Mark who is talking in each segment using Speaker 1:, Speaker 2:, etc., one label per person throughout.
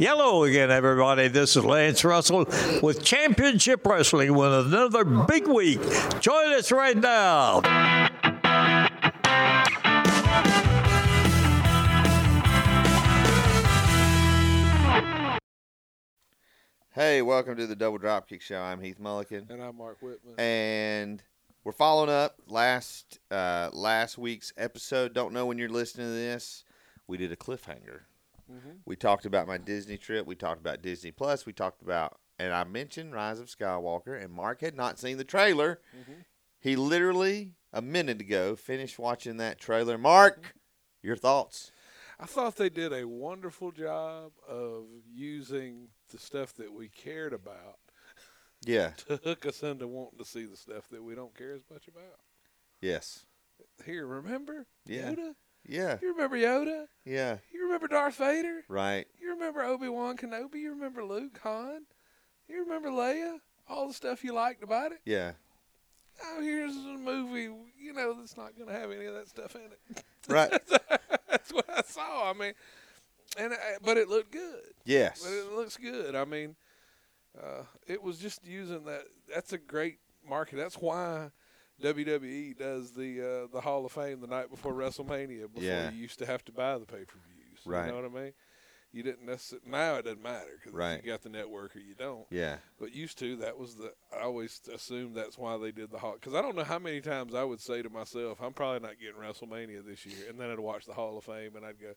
Speaker 1: Hello again, everybody. This is Lance Russell with Championship Wrestling with another big week. Join us right now.
Speaker 2: Hey, welcome to the Double Dropkick Show. I'm Heath Mullican,
Speaker 3: And I'm Mark Whitman.
Speaker 2: and we're following up last uh, last week's episode. Don't know when you're listening to this. We did a cliffhanger. We talked about my Disney trip. We talked about Disney Plus. We talked about, and I mentioned Rise of Skywalker. And Mark had not seen the trailer. He literally a minute ago finished watching that trailer. Mark, your thoughts?
Speaker 3: I thought they did a wonderful job of using the stuff that we cared about
Speaker 2: Yeah.
Speaker 3: to hook us into wanting to see the stuff that we don't care as much about.
Speaker 2: Yes.
Speaker 3: Here, remember
Speaker 2: Yeah.
Speaker 3: Yoda?
Speaker 2: Yeah.
Speaker 3: You remember Yoda?
Speaker 2: Yeah.
Speaker 3: You remember Darth Vader?
Speaker 2: Right.
Speaker 3: You remember Obi Wan Kenobi? You remember Luke Han? You remember Leia? All the stuff you liked about it.
Speaker 2: Yeah.
Speaker 3: Oh, here's a movie, you know, that's not going to have any of that stuff in it.
Speaker 2: Right.
Speaker 3: that's what I saw. I mean, and I, but it looked good.
Speaker 2: Yes.
Speaker 3: But it looks good. I mean, uh, it was just using that. That's a great market. That's why WWE does the uh, the Hall of Fame the night before WrestleMania. Before
Speaker 2: Yeah.
Speaker 3: you used to have to buy the pay per views.
Speaker 2: Right.
Speaker 3: You know what I mean? You didn't necessarily. Now it doesn't matter because
Speaker 2: Right.
Speaker 3: you got the network or you don't.
Speaker 2: Yeah.
Speaker 3: But used to, that was the. I always assumed that's why they did the Hall. Because I don't know how many times I would say to myself, "I'm probably not getting WrestleMania this year," and then I'd watch the Hall of Fame, and I'd go,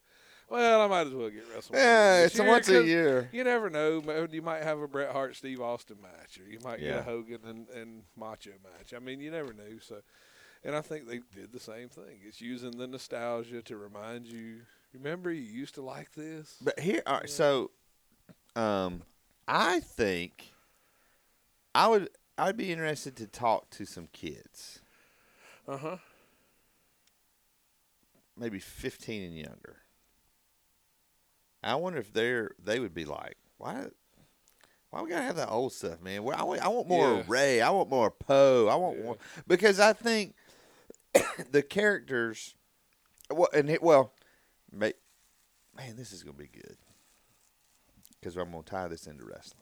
Speaker 3: "Well, I might as well get WrestleMania."
Speaker 2: Yeah,
Speaker 3: this
Speaker 2: it's once a
Speaker 3: 'cause
Speaker 2: year.
Speaker 3: You never know. man, You might have a Bret Hart, Steve Austin match, or you might get
Speaker 2: Yeah.
Speaker 3: a Hogan and, and Macho match. I mean, you never knew. So, and I think they did the same thing. It's using the nostalgia to remind you. Remember, you used to like this.
Speaker 2: But here, all right, so, um, I think I would I'd be interested to talk to some kids,
Speaker 3: Uh
Speaker 2: Uh-huh.
Speaker 3: huh.
Speaker 2: maybe fifteen and younger. I wonder if they're they would be like, why, why we gotta have that old stuff, man? Well, I want, I want more
Speaker 3: Yeah.
Speaker 2: Ray, I want more Poe, I want
Speaker 3: Yeah.
Speaker 2: more because I think the characters, well, and it, well, ma- man, this is gonna be good because I'm gonna tie this into wrestling.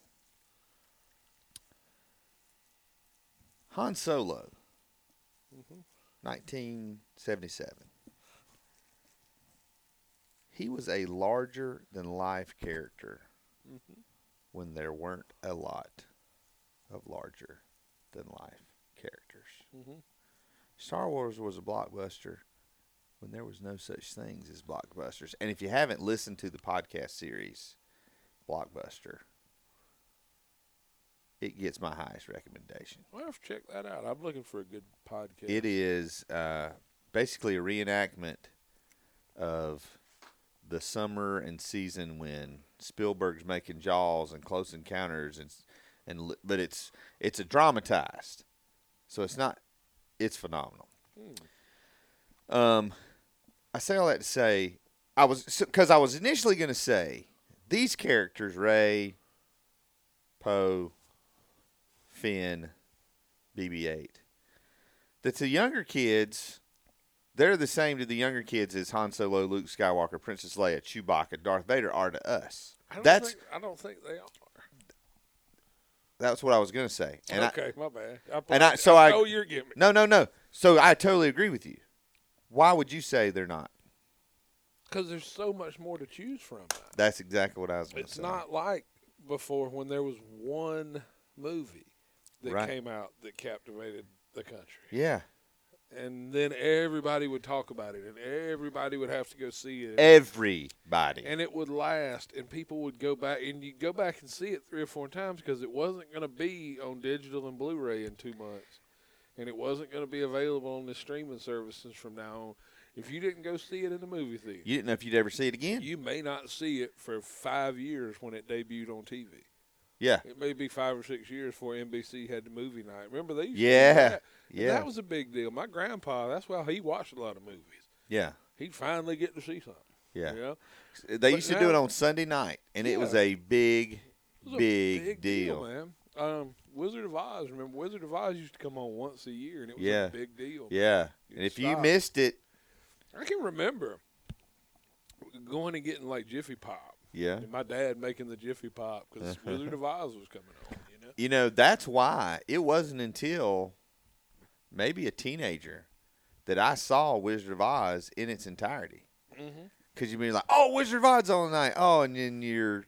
Speaker 2: Han Solo, 1977. He was a larger than life character when there weren't a lot of larger than life characters.
Speaker 3: Mhm.
Speaker 2: Star Wars was a blockbuster when there was no such things as blockbusters. And if you haven't listened to the podcast series, Blockbuster, it gets my highest recommendation.
Speaker 3: Well, have to check that out. I'm looking for a good podcast.
Speaker 2: It is uh, basically a reenactment of the summer and season when Spielberg's making Jaws and Close Encounters, and and li- but it's it's a dramatized, so it's not it's phenomenal. Um, I say all that to say I was because I was initially going to say these characters Ray, Poe, Finn, BB-8 that to younger kids, they're the same to the younger kids as Han Solo, Luke Skywalker, Princess Leia, Chewbacca, Darth Vader are to us.
Speaker 3: I don't
Speaker 2: That's
Speaker 3: Think, I don't think they are.
Speaker 2: that's what I was gonna say. And I,
Speaker 3: okay, my bad. I
Speaker 2: and I- so I-
Speaker 3: oh, you're getting me
Speaker 2: no, no, no. So I totally agree with you. Why would you say they're not?
Speaker 3: because there's so much more to choose from. now.
Speaker 2: That's exactly what I was. Gonna
Speaker 3: It's
Speaker 2: say.
Speaker 3: not like before when there was one movie that
Speaker 2: Right.
Speaker 3: came out that captivated the country,
Speaker 2: Yeah.
Speaker 3: and then everybody would talk about it, and everybody would have to go see
Speaker 2: Eh.
Speaker 3: it.
Speaker 2: Everybody.
Speaker 3: and it would last, and people would go back, and you go back and see it three or four times because it wasn't going to be on digital and Blu-ray in two months, and it wasn't going to be available on the streaming services from now on. If you didn't go see it in the movie theater,
Speaker 2: you didn't know if you'd ever see it again.
Speaker 3: you may not see it for five years when it debuted on TV.
Speaker 2: yeah.
Speaker 3: It may be five or six years before NBC had the movie night. Remember they? Used to do
Speaker 2: Yeah.
Speaker 3: that? And
Speaker 2: Yeah.
Speaker 3: that was a big deal. My grandpa, that's why he watched a lot of movies.
Speaker 2: Yeah.
Speaker 3: He'd finally get to see something.
Speaker 2: Yeah.
Speaker 3: You know?
Speaker 2: They
Speaker 3: But
Speaker 2: used to do it
Speaker 3: now-
Speaker 2: on Sunday night, and it was
Speaker 3: Yeah.
Speaker 2: a big,
Speaker 3: It was a
Speaker 2: big, deal.
Speaker 3: man. Um, Wizard of Oz. Remember, Wizard of Oz used to come on once a year, and it was
Speaker 2: Yeah.
Speaker 3: a big deal.
Speaker 2: Yeah. And if you
Speaker 3: Stop.
Speaker 2: missed it,
Speaker 3: I can remember going and getting like Jiffy Pop
Speaker 2: Yeah.
Speaker 3: And my dad making the Jiffy Pop because
Speaker 2: Uh-huh.
Speaker 3: Wizard of Oz was coming on. You know,
Speaker 2: You know, that's why it wasn't until maybe a teenager that I saw Wizard of Oz in its entirety.
Speaker 3: Mhm.
Speaker 2: Because you'd be like, "Oh, Wizard of Oz all night." Oh, and then you're,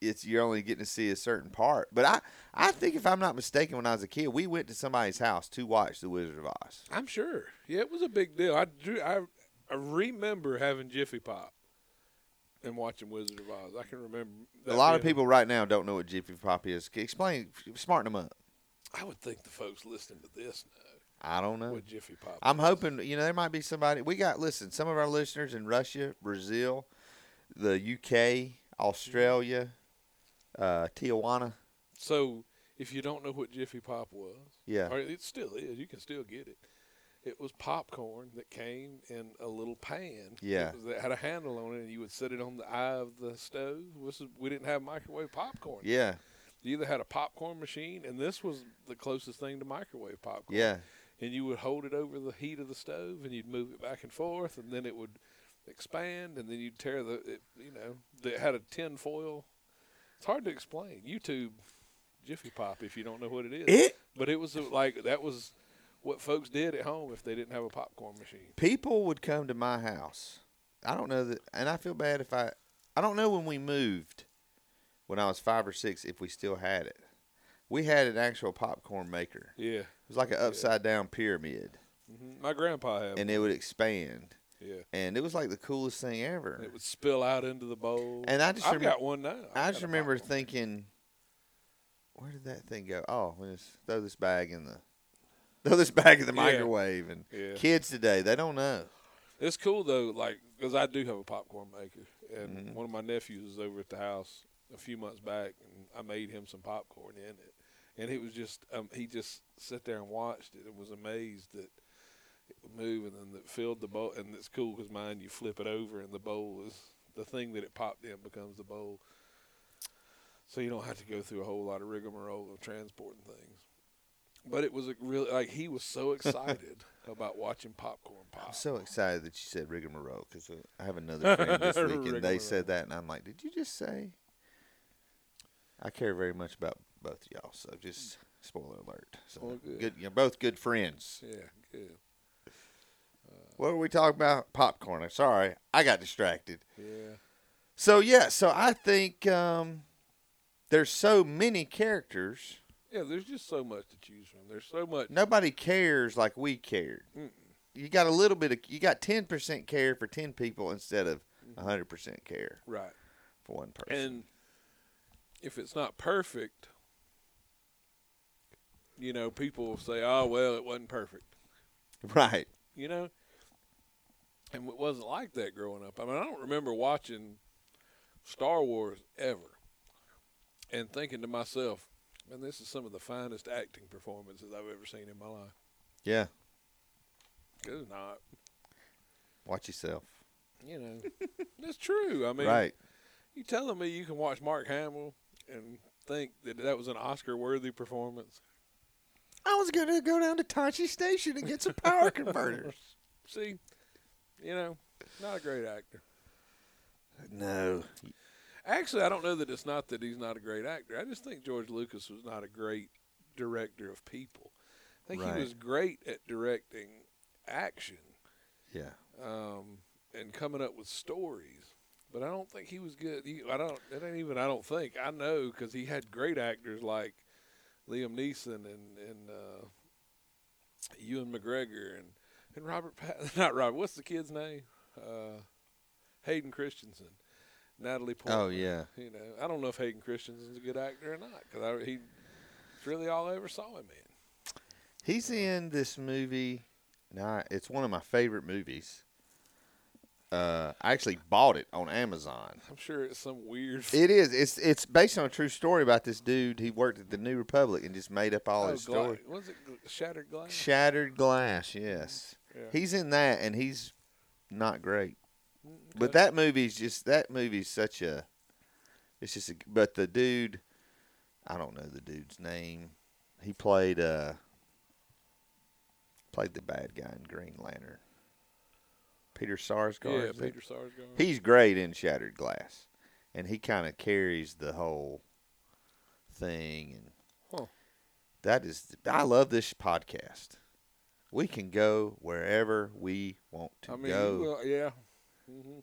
Speaker 2: it's you're only getting to see a certain part. But I, I think if I'm not mistaken, when I was a kid, we went to somebody's house to watch the Wizard of Oz.
Speaker 3: I'm sure. Yeah, it was a big deal. I do. I, I remember having Jiffy Pop and watching Wizard of Oz. I can remember.
Speaker 2: a
Speaker 3: that
Speaker 2: lot of
Speaker 3: being-
Speaker 2: people right now don't know what Jiffy Pop is. Explain, smarten them up.
Speaker 3: I would think the folks listening to this know
Speaker 2: Uh, I don't know.
Speaker 3: what Jiffy Pop.
Speaker 2: I'm
Speaker 3: is.
Speaker 2: hoping you know there might be somebody. We got listen. Some of our listeners in Russia, Brazil, the UK, Australia, uh, Tijuana.
Speaker 3: So if you don't know what Jiffy Pop was,
Speaker 2: Yeah.
Speaker 3: or it still is, you can still get it. It was popcorn that came in a little pan.
Speaker 2: Yeah.
Speaker 3: that was- that had a handle on it, and you would set it on the eye of the stove. This is, we didn't have microwave popcorn.
Speaker 2: Yeah,
Speaker 3: You either had a popcorn machine, and this was the closest thing to microwave popcorn.
Speaker 2: yeah,
Speaker 3: And you would hold it over the heat of the stove, and you'd move it back and forth, and then it would expand, and then you'd tear the, it, you know, it had a tin foil. It's hard to explain. YouTube Jiffy Pop if you don't know what it is.
Speaker 2: It-
Speaker 3: But it was a- like that was what folks did at home if they didn't have a popcorn machine.
Speaker 2: people would come to my house. I don't know that, and I feel bad if I. I don't know when we moved, when I was five or six, if we still had it. We had an actual popcorn maker.
Speaker 3: Yeah.
Speaker 2: It was like an upside down pyramid,
Speaker 3: hmm My grandpa had. one.
Speaker 2: and it would expand,
Speaker 3: yeah.
Speaker 2: and it was like the coolest thing ever.
Speaker 3: It would spill out into the bowl.
Speaker 2: And I just
Speaker 3: I've
Speaker 2: remem-
Speaker 3: got one now. I've
Speaker 2: I
Speaker 3: got
Speaker 2: just
Speaker 3: a
Speaker 2: remember
Speaker 3: popcorn.
Speaker 2: thinking, where did that thing go? Oh, we just throw this bag in the throw this bag in the
Speaker 3: Yeah.
Speaker 2: microwave. And
Speaker 3: Yeah.
Speaker 2: kids today, they don't know.
Speaker 3: It's cool though, like because I do have a popcorn maker, and
Speaker 2: Mm-hmm.
Speaker 3: one of my nephews was over at the house a few months back, and I made him some popcorn in it, and it was just um, he just sat there and watched it and was amazed that it would move, and then it filled the bowl, and it's cool because mine you flip it over and the bowl is the thing that it popped in becomes the bowl, so you don't have to go through a whole lot of rigmarole of transporting things. But it was a really like he was so excited about watching popcorn pop.
Speaker 2: I'm so excited that you said rigmarole because I have another friend this week, and they
Speaker 3: Rigmarole.
Speaker 2: said that, and I'm like, did you just say? I care very much about both of y'all, so just spoiler alert. So
Speaker 3: Well, good.
Speaker 2: good, you're both good friends.
Speaker 3: Yeah, good.
Speaker 2: What were we talking about? Popcorn. I'm sorry, I got distracted.
Speaker 3: Yeah.
Speaker 2: So yeah, so I think um, there's so many characters.
Speaker 3: Yeah, there's just so much to choose from. There's so much.
Speaker 2: Nobody cares like we cared.
Speaker 3: Mm-mm.
Speaker 2: You got a little bit of you got ten percent care for ten people instead of hundred percent care
Speaker 3: Right.
Speaker 2: for one person.
Speaker 3: And if it's not perfect, you know, people will say, oh, well, it wasn't perfect,
Speaker 2: right?
Speaker 3: you know? And it wasn't like that growing up. I mean, I don't remember watching Star Wars ever and thinking to myself, man, this is some of the finest acting performances I've ever seen in my life.
Speaker 2: Yeah.
Speaker 3: 'Cause it's not,
Speaker 2: Watch yourself.
Speaker 3: you know. That's true. I mean,
Speaker 2: right.
Speaker 3: You telling me you can watch Mark Hamill and think that that was an Oscar-worthy performance?
Speaker 2: I was gonna go down to Tachi Station and get some power converters.
Speaker 3: See, you know, not a great actor.
Speaker 2: No.
Speaker 3: Actually, I don't know that it's not that he's not a great actor. I just think George Lucas was not a great director of people. I think
Speaker 2: Right.
Speaker 3: he was great at directing action
Speaker 2: Yeah.
Speaker 3: um, and coming up with stories. But I don't think he was good. He, I don't. It ain't even. I don't think. I know because he had great actors like Liam Neeson and and uh, Ewan McGregor and and Robert. Pat, not Robert. What's the kid's name? Uh, Hayden Christensen, Natalie Portman.
Speaker 2: Oh yeah.
Speaker 3: You know, I don't know if Hayden Christensen's a good actor or not because he. It's really all I ever saw him in.
Speaker 2: He's in this movie. Nah, it's one of my favorite movies. Uh, I actually bought it on Amazon.
Speaker 3: I'm sure it's some weird.
Speaker 2: It is. It's it's based on a true story about this dude. He worked at the New Republic and just made up all
Speaker 3: oh,
Speaker 2: his
Speaker 3: Gla-
Speaker 2: story.
Speaker 3: Was it Gl- Shattered Glass?
Speaker 2: Shattered Glass. Yes,
Speaker 3: Yeah.
Speaker 2: he's in that, and he's not great. But
Speaker 3: Okay.
Speaker 2: that movie's just that movie's such a. It's just, a, but the dude, I don't know the dude's name. He played uh. Played the bad guy in Green Lantern. Peter Sarsgaard.
Speaker 3: Yeah,
Speaker 2: is it?
Speaker 3: Peter Sarsgaard.
Speaker 2: He's great in Shattered Glass. and he kind of carries the whole thing. And
Speaker 3: Huh.
Speaker 2: that is, I love this podcast. We can go wherever we want to
Speaker 3: I mean,
Speaker 2: go.
Speaker 3: well, yeah. hmm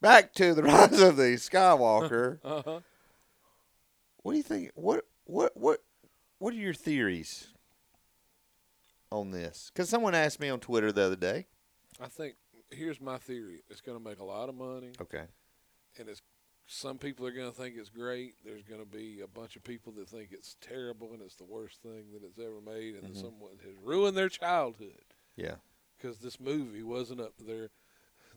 Speaker 2: Back to the rise of the Skywalker.
Speaker 3: Uh huh.
Speaker 2: what do you think? What what what what are your theories on this? Because someone asked me on Twitter the other day.
Speaker 3: I think here's my theory. It's going to make a lot of money,
Speaker 2: Okay.
Speaker 3: and it's some people are going to think it's great. There's going to be a bunch of people that think it's terrible and it's the worst thing that it's ever made, and that
Speaker 2: Mhm.
Speaker 3: someone has ruined their childhood
Speaker 2: Yeah.
Speaker 3: because this movie wasn't up to their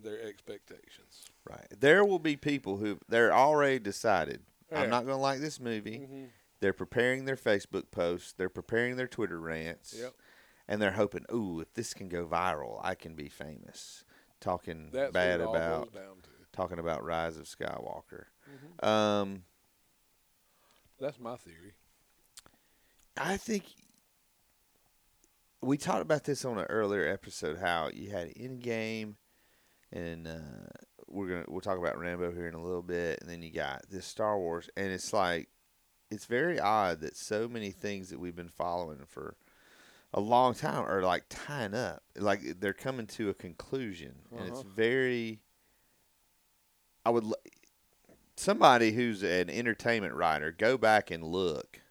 Speaker 3: their expectations.
Speaker 2: Right. There will be people who they're already decided.
Speaker 3: Yeah.
Speaker 2: I'm not going to like this movie.
Speaker 3: hmm
Speaker 2: They're preparing their Facebook posts. They're preparing their Twitter rants.
Speaker 3: Yep.
Speaker 2: And they're hoping, ooh, if this can go viral, I can be famous. Talking
Speaker 3: That's
Speaker 2: bad
Speaker 3: what it all
Speaker 2: about
Speaker 3: boils down to.
Speaker 2: talking about Rise of Skywalker.
Speaker 3: Mhm.
Speaker 2: Um,
Speaker 3: That's my theory.
Speaker 2: I think we talked about this on an earlier episode how you had in game and uh, we're gonna we'll talk about Rambo here in a little bit and then you got this Star Wars and it's like it's very odd that so many things that we've been following for a long time are like tying up like they're coming to a conclusion and it's
Speaker 3: Uh-huh.
Speaker 2: very I would l- somebody who's an entertainment writer go back and look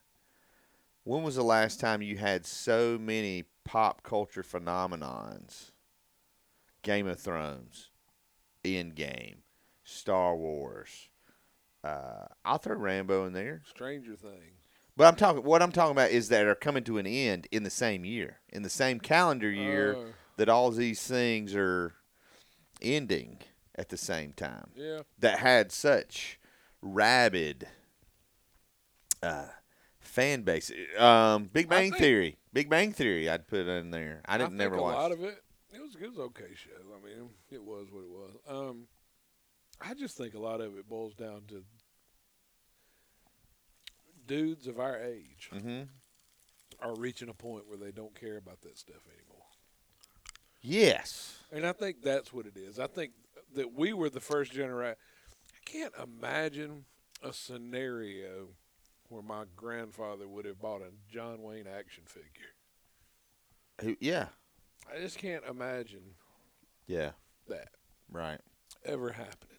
Speaker 2: when was the last time you had so many pop culture phenomenons? Game of Thrones, Endgame, Star Wars. Uh, I'll throw Rambo in there,
Speaker 3: Stranger Things.
Speaker 2: but I'm talking. What I'm talking about is that are coming to an end in the same year, in the same calendar year
Speaker 3: Uh,
Speaker 2: that all these things are ending at the same time
Speaker 3: yeah.
Speaker 2: that had such rabid uh, fan base. Um, Big
Speaker 3: I
Speaker 2: Bang
Speaker 3: think-
Speaker 2: Theory. Big Bang Theory. I'd put in there. I didn't
Speaker 3: think
Speaker 2: never
Speaker 3: a
Speaker 2: watch.
Speaker 3: lot
Speaker 2: it.
Speaker 3: of it. It was it was okay show. I mean, it was what it was. Um, I just think a lot of it boils down to dudes of our age
Speaker 2: Mhm.
Speaker 3: are reaching a point where they don't care about that stuff anymore,
Speaker 2: Yes.
Speaker 3: and I think that's what it is. I think that we were the first generation. I can't imagine a scenario where my grandfather would have bought a John Wayne action figure.
Speaker 2: Who- Yeah.
Speaker 3: I just can't imagine
Speaker 2: Yeah.
Speaker 3: that
Speaker 2: Right.
Speaker 3: ever happening.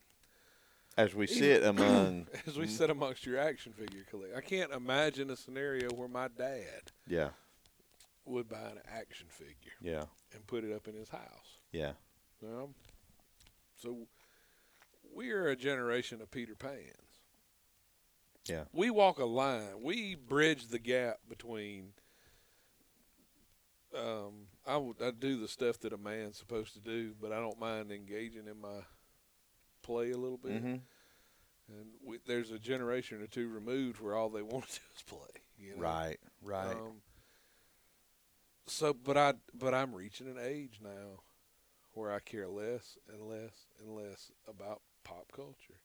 Speaker 2: As we sit among.
Speaker 3: as we said amongst your action figure collect. I can't imagine a scenario where my dad
Speaker 2: Yeah.
Speaker 3: would buy an action figure
Speaker 2: Yeah.
Speaker 3: and put it up in his house.
Speaker 2: Yeah.
Speaker 3: Um, so we are a generation of Peter Pans.
Speaker 2: Yeah.
Speaker 3: We walk a line. We bridge the gap between. Um, I would I do the stuff that a man's supposed to do, but I don't mind engaging in my play a little bit.
Speaker 2: hmm
Speaker 3: And we, there's a generation or two removed where all they want to do is play. You know?
Speaker 2: Right. Right.
Speaker 3: Um, so, but I, but I'm reaching an age now where I care less and less and less about pop culture.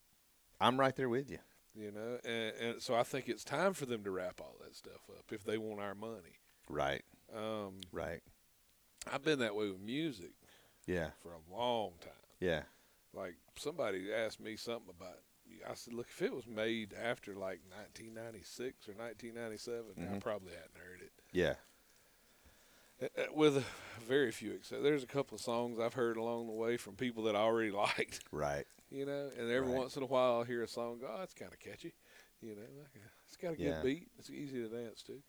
Speaker 2: I'm right there with you.
Speaker 3: You know, and, and so I think it's time for them to wrap all that stuff up if they want our money.
Speaker 2: Right.
Speaker 3: Um,
Speaker 2: Right.
Speaker 3: I've been that way with music
Speaker 2: Yeah.
Speaker 3: for a long time.
Speaker 2: Yeah.
Speaker 3: like somebody asked me something about I said, look, if it was made after like 1996 or 1997, I
Speaker 2: Mhm.
Speaker 3: probably hadn't heard it.
Speaker 2: Yeah.
Speaker 3: Uh, uh, With very few exceptions, there's a couple of songs I've heard along the way from people that I already liked,
Speaker 2: Right.
Speaker 3: you know. And every
Speaker 2: Right.
Speaker 3: once in a while, I'll hear a song and go, oh, that's kind of catchy, you know. like, uh, It's got a good
Speaker 2: Yeah.
Speaker 3: beat. It's easy to dance to.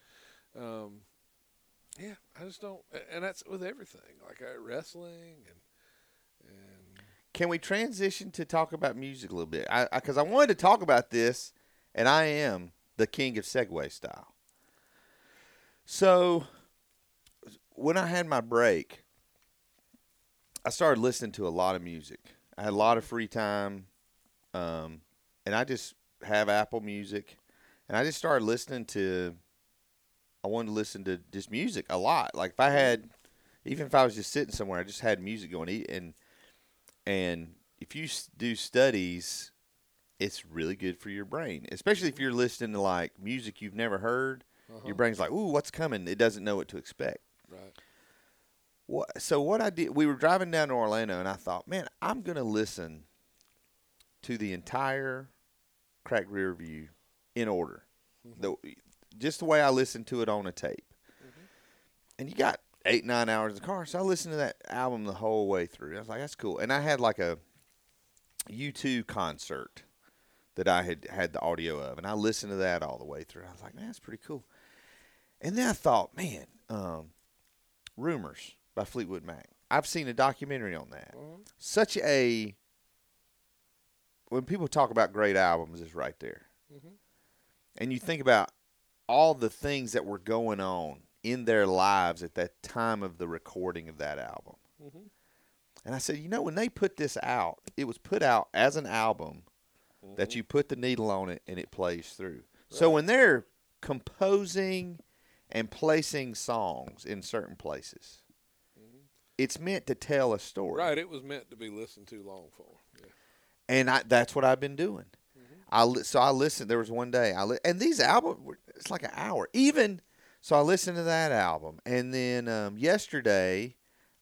Speaker 3: Um, yeah, I just don't, a- and that's with everything, like uh, wrestling and and
Speaker 2: Can we transition to talk about music a little bit? Because I, 'cause I wanted to talk about this, and I am the king of segue style. So, when I had my break, I started listening to a lot of music. I had a lot of free time, um, and I just have Apple Music, and I just started listening to. I wanted to listen to just music a lot. Like if I had, even if I was just sitting somewhere, I just had music going. E- And and if you s- do studies, it's really good for your brain, especially if you're listening to like music you've never heard.
Speaker 3: uh-huh,
Speaker 2: Your brain's like, "Ooh, what's coming?" It doesn't know what to expect.
Speaker 3: right,
Speaker 2: What? So what I did, we were driving down to Orlando, and I thought, man, I'm gonna listen to the entire Crack Rear View in order, the, just the way I listened to it on a tape. And you got eight nine hours in the car, so I listened to that album the whole way through. I was like, that's cool. And I had like a U two concert that I had had the audio of, and I listened to that all the way through. I was like, man, that's pretty cool. And then I thought, man, um, Rumors by Fleetwood Mac. I've seen a documentary on that.
Speaker 3: uh-huh,
Speaker 2: Such a when people talk about great albums, it's right there.
Speaker 3: mm-hmm,
Speaker 2: And you think about all the things that were going on in their lives at that time of the recording of that album.
Speaker 3: mm-hmm.
Speaker 2: And I said, you know, when they put this out, it was put out as an album that
Speaker 3: Mm-hmm.
Speaker 2: you put the needle on it and it plays through. So when they're composing and placing songs in certain places, it's meant to tell a story.
Speaker 3: Mm-hmm. Right, it was meant to be listened to long for. Yeah.
Speaker 2: And I, that's what I've been doing. I li- so I listened. There was one day I li- and these albums were, it's like an hour. Even so, I listened to that album, and then um, yesterday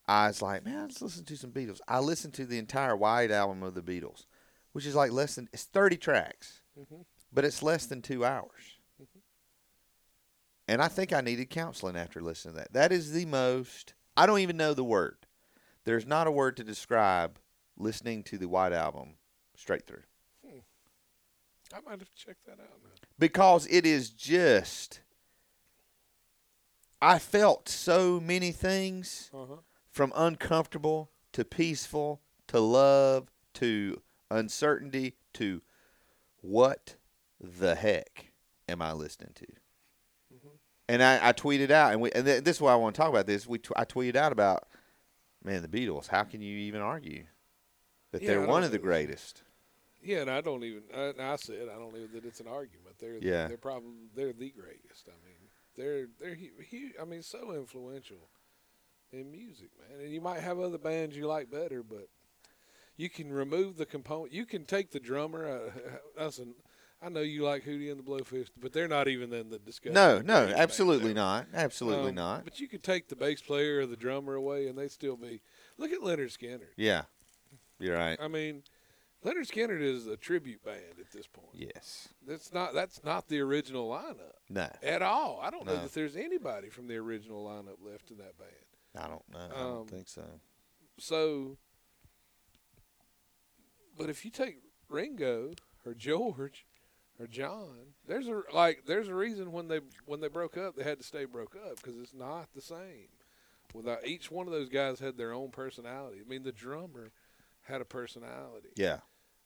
Speaker 2: I was like, man, let's listen to some Beatles. I listened to the entire White album of the Beatles, which is like less than it's thirty tracks, but it's less than two hours. And I think I needed counseling after listening to that. That is the most. I don't even know the word. There's not a word to describe listening to the White album straight through
Speaker 3: I might have to check that out now.
Speaker 2: because it is just I felt so many things
Speaker 3: Uh-huh.
Speaker 2: from uncomfortable to peaceful to love to uncertainty to what the heck am I listening to?
Speaker 3: Mm-hmm.
Speaker 2: And I, I tweeted out, and, we, and th- this is why I want to talk about this. We t- I tweeted out about, man, the Beatles. How can you even argue that
Speaker 3: Yeah, I
Speaker 2: they're
Speaker 3: don't
Speaker 2: one of the
Speaker 3: think-
Speaker 2: greatest?
Speaker 3: Yeah, and I don't even. I, I said I don't even that it's an argument. They're
Speaker 2: Yeah.
Speaker 3: they're probably they're the greatest. I mean, they're they're huge. I mean, so influential in music, man. And you might have other bands you like better, but you can remove the component. You can take the drummer. Uh, that's an. I know you like Hootie and the Blowfish, but they're not even in the discussion.
Speaker 2: No,
Speaker 3: of
Speaker 2: no,
Speaker 3: greatest bands
Speaker 2: absolutely
Speaker 3: ever.
Speaker 2: not. Absolutely
Speaker 3: Um,
Speaker 2: not.
Speaker 3: But you could take the bass player or the drummer away, and they'd still be. Look at Leonard Skinner.
Speaker 2: Yeah, you're right.
Speaker 3: I mean, Leonard Skinner is a tribute band at this point.
Speaker 2: Yes.
Speaker 3: That's not that's not the original lineup
Speaker 2: No,
Speaker 3: at all. I don't know
Speaker 2: No.
Speaker 3: that there's anybody from the original lineup left in that band.
Speaker 2: I don't know. I
Speaker 3: Um,
Speaker 2: don't think so.
Speaker 3: So, but if you take Ringo or George or John, there's a like there's a reason when they when they broke up they had to stay broke up because it's not the same. Without each one of those guys had their own personality. I mean, the drummer had a personality.
Speaker 2: Yeah.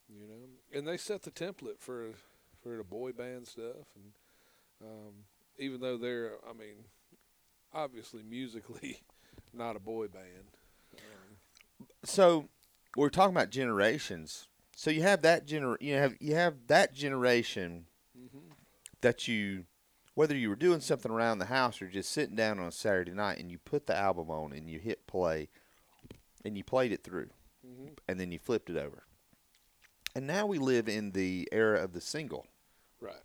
Speaker 3: you know. And they set the template for for the boy band stuff, and um, even though they're, I mean, obviously musically not a boy band.
Speaker 2: So we're talking about generations. So you have that gener you have you have that generation that you whether you were doing something around the house or just sitting down on a Saturday night and you put the album on and you hit play and you played it through and then you flipped it over. And now we live in the era of the single.
Speaker 3: Right.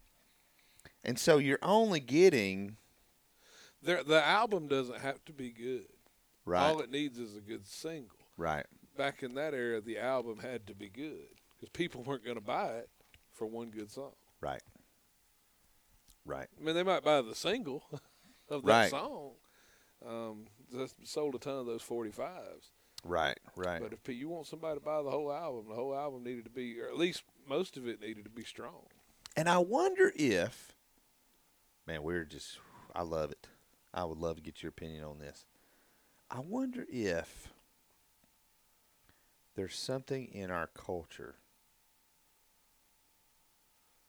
Speaker 2: And so you're only getting
Speaker 3: There, the album doesn't have to be good.
Speaker 2: right
Speaker 3: All it needs is a good single.
Speaker 2: right.
Speaker 3: Back in that era, the album had to be good because people weren't going to buy it for one good song.
Speaker 2: Right. Right.
Speaker 3: I mean, they might buy the single of that
Speaker 2: Right.
Speaker 3: song. Um, that sold a ton of those forty fives.
Speaker 2: Right. Right.
Speaker 3: But if you want somebody to buy the whole album, the whole album needed to be, or at least most of it needed to be strong.
Speaker 2: And I wonder if, man, we're just, I love it. I would love to get your opinion on this. I wonder if there's something in our culture,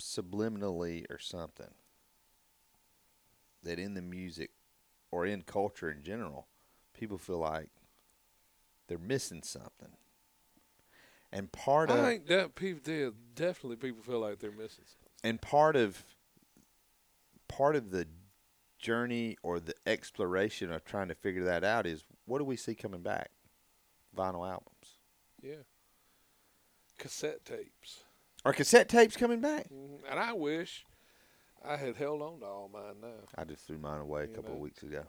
Speaker 2: subliminally or something, that in the music or in culture in general, people feel like they're missing something. And part of
Speaker 3: I think that people there definitely people feel like they're missing something.
Speaker 2: and part of part of the journey or the exploration of trying to figure that out is what do we see coming back vinyl albums
Speaker 3: Yeah, cassette tapes,
Speaker 2: are cassette tapes coming back
Speaker 3: Mhm. and I wish I had held on to all mine now.
Speaker 2: i just threw mine away a
Speaker 3: You
Speaker 2: couple
Speaker 3: know.
Speaker 2: of weeks ago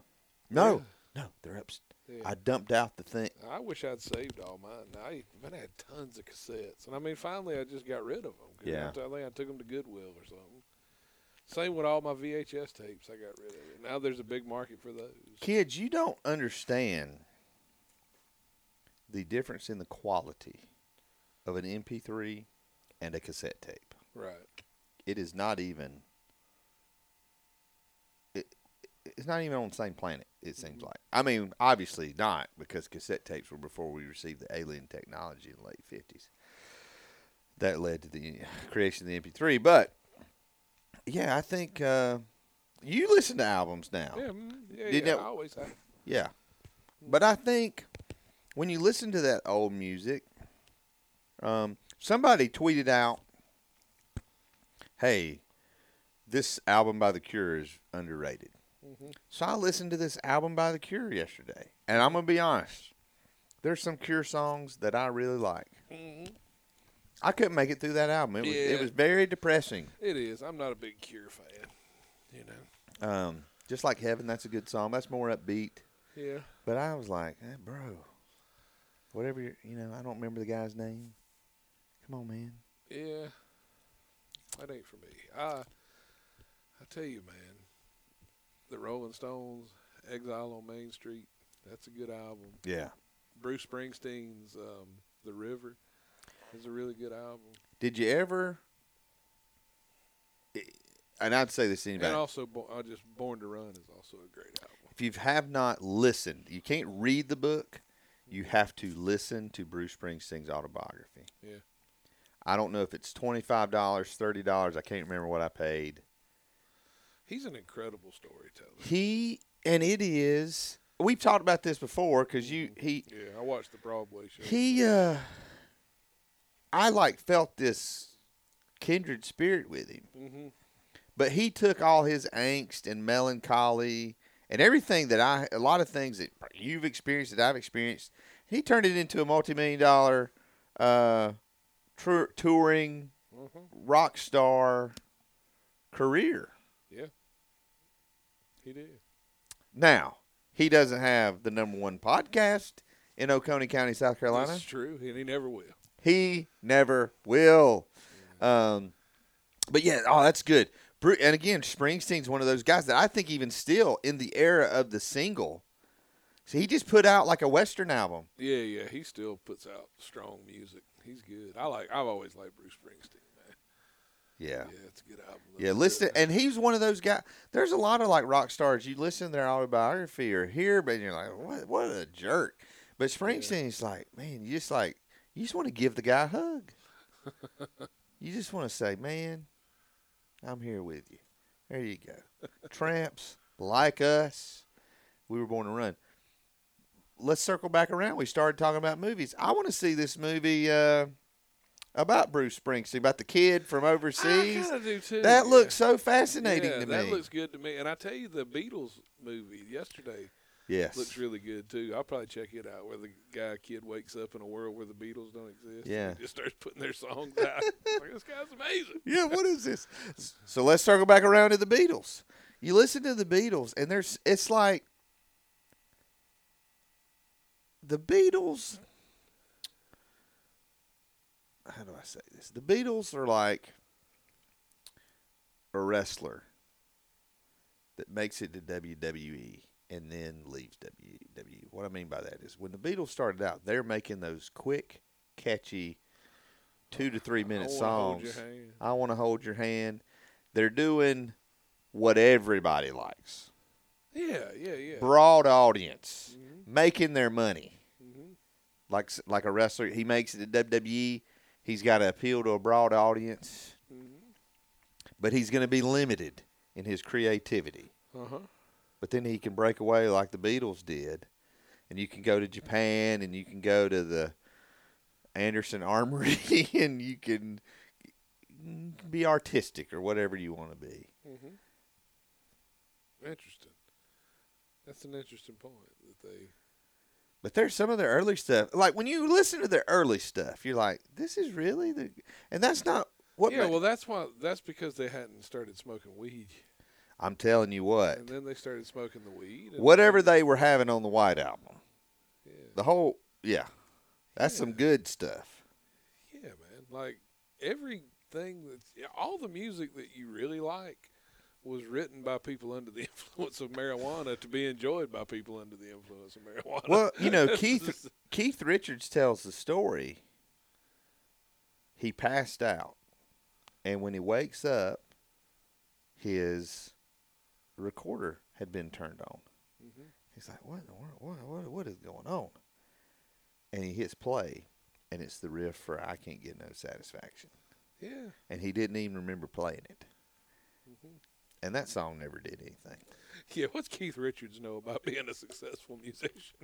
Speaker 2: no No, they're up.
Speaker 3: Yeah.
Speaker 2: I dumped out the thing.
Speaker 3: I wish I'd saved all mine. I man, I had tons of cassettes, and I mean, finally, I just got rid of them.
Speaker 2: Yeah.
Speaker 3: I think I took them to Goodwill or something. Same with all my VHS tapes. I got rid of it. Now there's a big market for those.
Speaker 2: Kids, you don't understand the difference in the quality of an MP3 and a cassette tape.
Speaker 3: Right.
Speaker 2: It is not even. It, it's not even on the same planet. It seems like. I mean, obviously not because cassette tapes were before we received the alien technology in the late fifties. That led to the creation of the MP3. But yeah, I think uh, you listen to albums now.
Speaker 3: Yeah. mm, Yeah.
Speaker 2: Did
Speaker 3: yeah,
Speaker 2: that-
Speaker 3: I always have.
Speaker 2: Yeah. But I think when you listen to that old music, um, somebody tweeted out, hey, this album by The Cure is underrated.
Speaker 3: Mhm.
Speaker 2: So I listened to this album by The Cure yesterday. And I'm going to be honest, there's some Cure songs that I really like.
Speaker 3: Mhm.
Speaker 2: I couldn't make it through that album. It was, it
Speaker 3: Yeah.
Speaker 2: was very depressing.
Speaker 3: It is. I'm not a big Cure fan. You know.
Speaker 2: Um, just like Heaven, that's a good song. That's more upbeat.
Speaker 3: Yeah.
Speaker 2: But I was like, eh, bro, whatever you you know, I don't remember the guy's name. Come on, man.
Speaker 3: Yeah. That ain't for me. I I tell you, man, the Rolling Stones, Exile on Main Street, that's a good album.
Speaker 2: Yeah.
Speaker 3: Bruce Springsteen's um, The River is a really good album.
Speaker 2: Did you ever? eh, And I'd say this to anybody:
Speaker 3: And also, Bo- I just Born to Run is also a great album.
Speaker 2: if you have not listened, you can't read the book. You have to listen to Bruce Springsteen's autobiography.
Speaker 3: Yeah.
Speaker 2: I don't know if it's twenty five dollars, thirty dollars. I can't remember what I paid.
Speaker 3: He's an incredible storyteller.
Speaker 2: He and it is. We've talked about this before because you he
Speaker 3: Yeah, I watched the Broadway show.
Speaker 2: he uh i like felt this kindred spirit with him
Speaker 3: hmm
Speaker 2: but he took all his angst and melancholy and everything that i a lot of things that you've experienced that i've experienced he turned it into a multi-million dollar uh tour, touring
Speaker 3: hmm
Speaker 2: rock star career
Speaker 3: He did.
Speaker 2: now he doesn't have the number one podcast in oconee county south carolina
Speaker 3: That's true, and he never will.
Speaker 2: He never will. Um, but yeah, oh, that's good. Bru- And again, Springsteen's one of those guys that I think even still in the era of the single. So he just put out like a Western album.
Speaker 3: Yeah, yeah, he still puts out strong music. He's good. I like. I've always liked Bruce Springsteen. Man.
Speaker 2: Yeah.
Speaker 3: Yeah, it's a good album.
Speaker 2: Yeah,
Speaker 3: That's a
Speaker 2: listen,
Speaker 3: good
Speaker 2: and he's one of those guys. There's a lot of like rock stars. You listen to their autobiography or hear, but you're like, what? What a jerk! But Springsteen's like, man, you just like, you just want to give the guy a hug. you just want to say, man, I'm here with you. There you go. Tramps like us, we were born to run. Let's circle back around. We started talking about movies. I want to see this movie uh, about Bruce Springsteen, about the kid from overseas.
Speaker 3: I kinda do too.
Speaker 2: That
Speaker 3: yeah.
Speaker 2: looks so fascinating
Speaker 3: Yeah,
Speaker 2: to
Speaker 3: that
Speaker 2: me.
Speaker 3: looks good to me. And I tell you, the Beatles movie yesterday
Speaker 2: yes.
Speaker 3: looks really good too. I'll probably check it out. Where the guy kid wakes up in a world where the Beatles don't exist. and
Speaker 2: Yeah.
Speaker 3: he just starts putting their songs out. like, this guy's amazing.
Speaker 2: yeah, what is this? So let's circle back around to the Beatles. You listen to the Beatles and there's it's like the Beatles how do I say this? The Beatles are like a wrestler that makes it to WWE and then leaves WWE. What I mean by that is when the Beatles started out, they're making those quick, catchy 2 to 3 minute
Speaker 3: I wanna Hold
Speaker 2: songs.
Speaker 3: your hand.
Speaker 2: I want to hold your hand. They're doing what everybody likes.
Speaker 3: Yeah, yeah, yeah.
Speaker 2: Broad audience,
Speaker 3: Mhm,
Speaker 2: making their money.
Speaker 3: mhm.
Speaker 2: Like s- like a wrestler, he makes it to WWE. He's got to appeal to a broad audience,
Speaker 3: Mhm.
Speaker 2: but he's going to be limited in his creativity.
Speaker 3: Uh-huh.
Speaker 2: But then he can break away like the Beatles did, and you can go to Japan, and you can go to the Anderson Armory, and you can you can be artistic or whatever you want to be.
Speaker 3: Mm-hmm. Interesting. That's an interesting point that they.
Speaker 2: But there's some of their early stuff. Like when you listen to their early stuff, you're like, "This is really the," and that's not what.
Speaker 3: yeah,
Speaker 2: ma-
Speaker 3: well, that's why. That's because they hadn't started smoking weed.
Speaker 2: I'm telling you what,
Speaker 3: And then they started smoking the weed. and-
Speaker 2: whatever they were having on the White Album,
Speaker 3: Yeah,
Speaker 2: the whole yeah, that's some good stuff.
Speaker 3: yeah, man. Like everything that's yeah, all the music that you really like was written by people under the influence of marijuana to be enjoyed by people under the influence of marijuana.
Speaker 2: Well, you know,
Speaker 3: That's
Speaker 2: Keith-
Speaker 3: just-
Speaker 2: Keith Richards tells the story. He passed out, and when he wakes up, his recorder had been turned on.
Speaker 3: Mhm.
Speaker 2: He's like, "What? in the world? What? What? What is going on?" And he hits play, and it's the riff for "I Can't Get No Satisfaction,"
Speaker 3: Yeah.
Speaker 2: and he didn't even remember playing it.
Speaker 3: Mhm.
Speaker 2: And that song never did anything.
Speaker 3: Yeah, what's Keith Richards know about being a successful musician?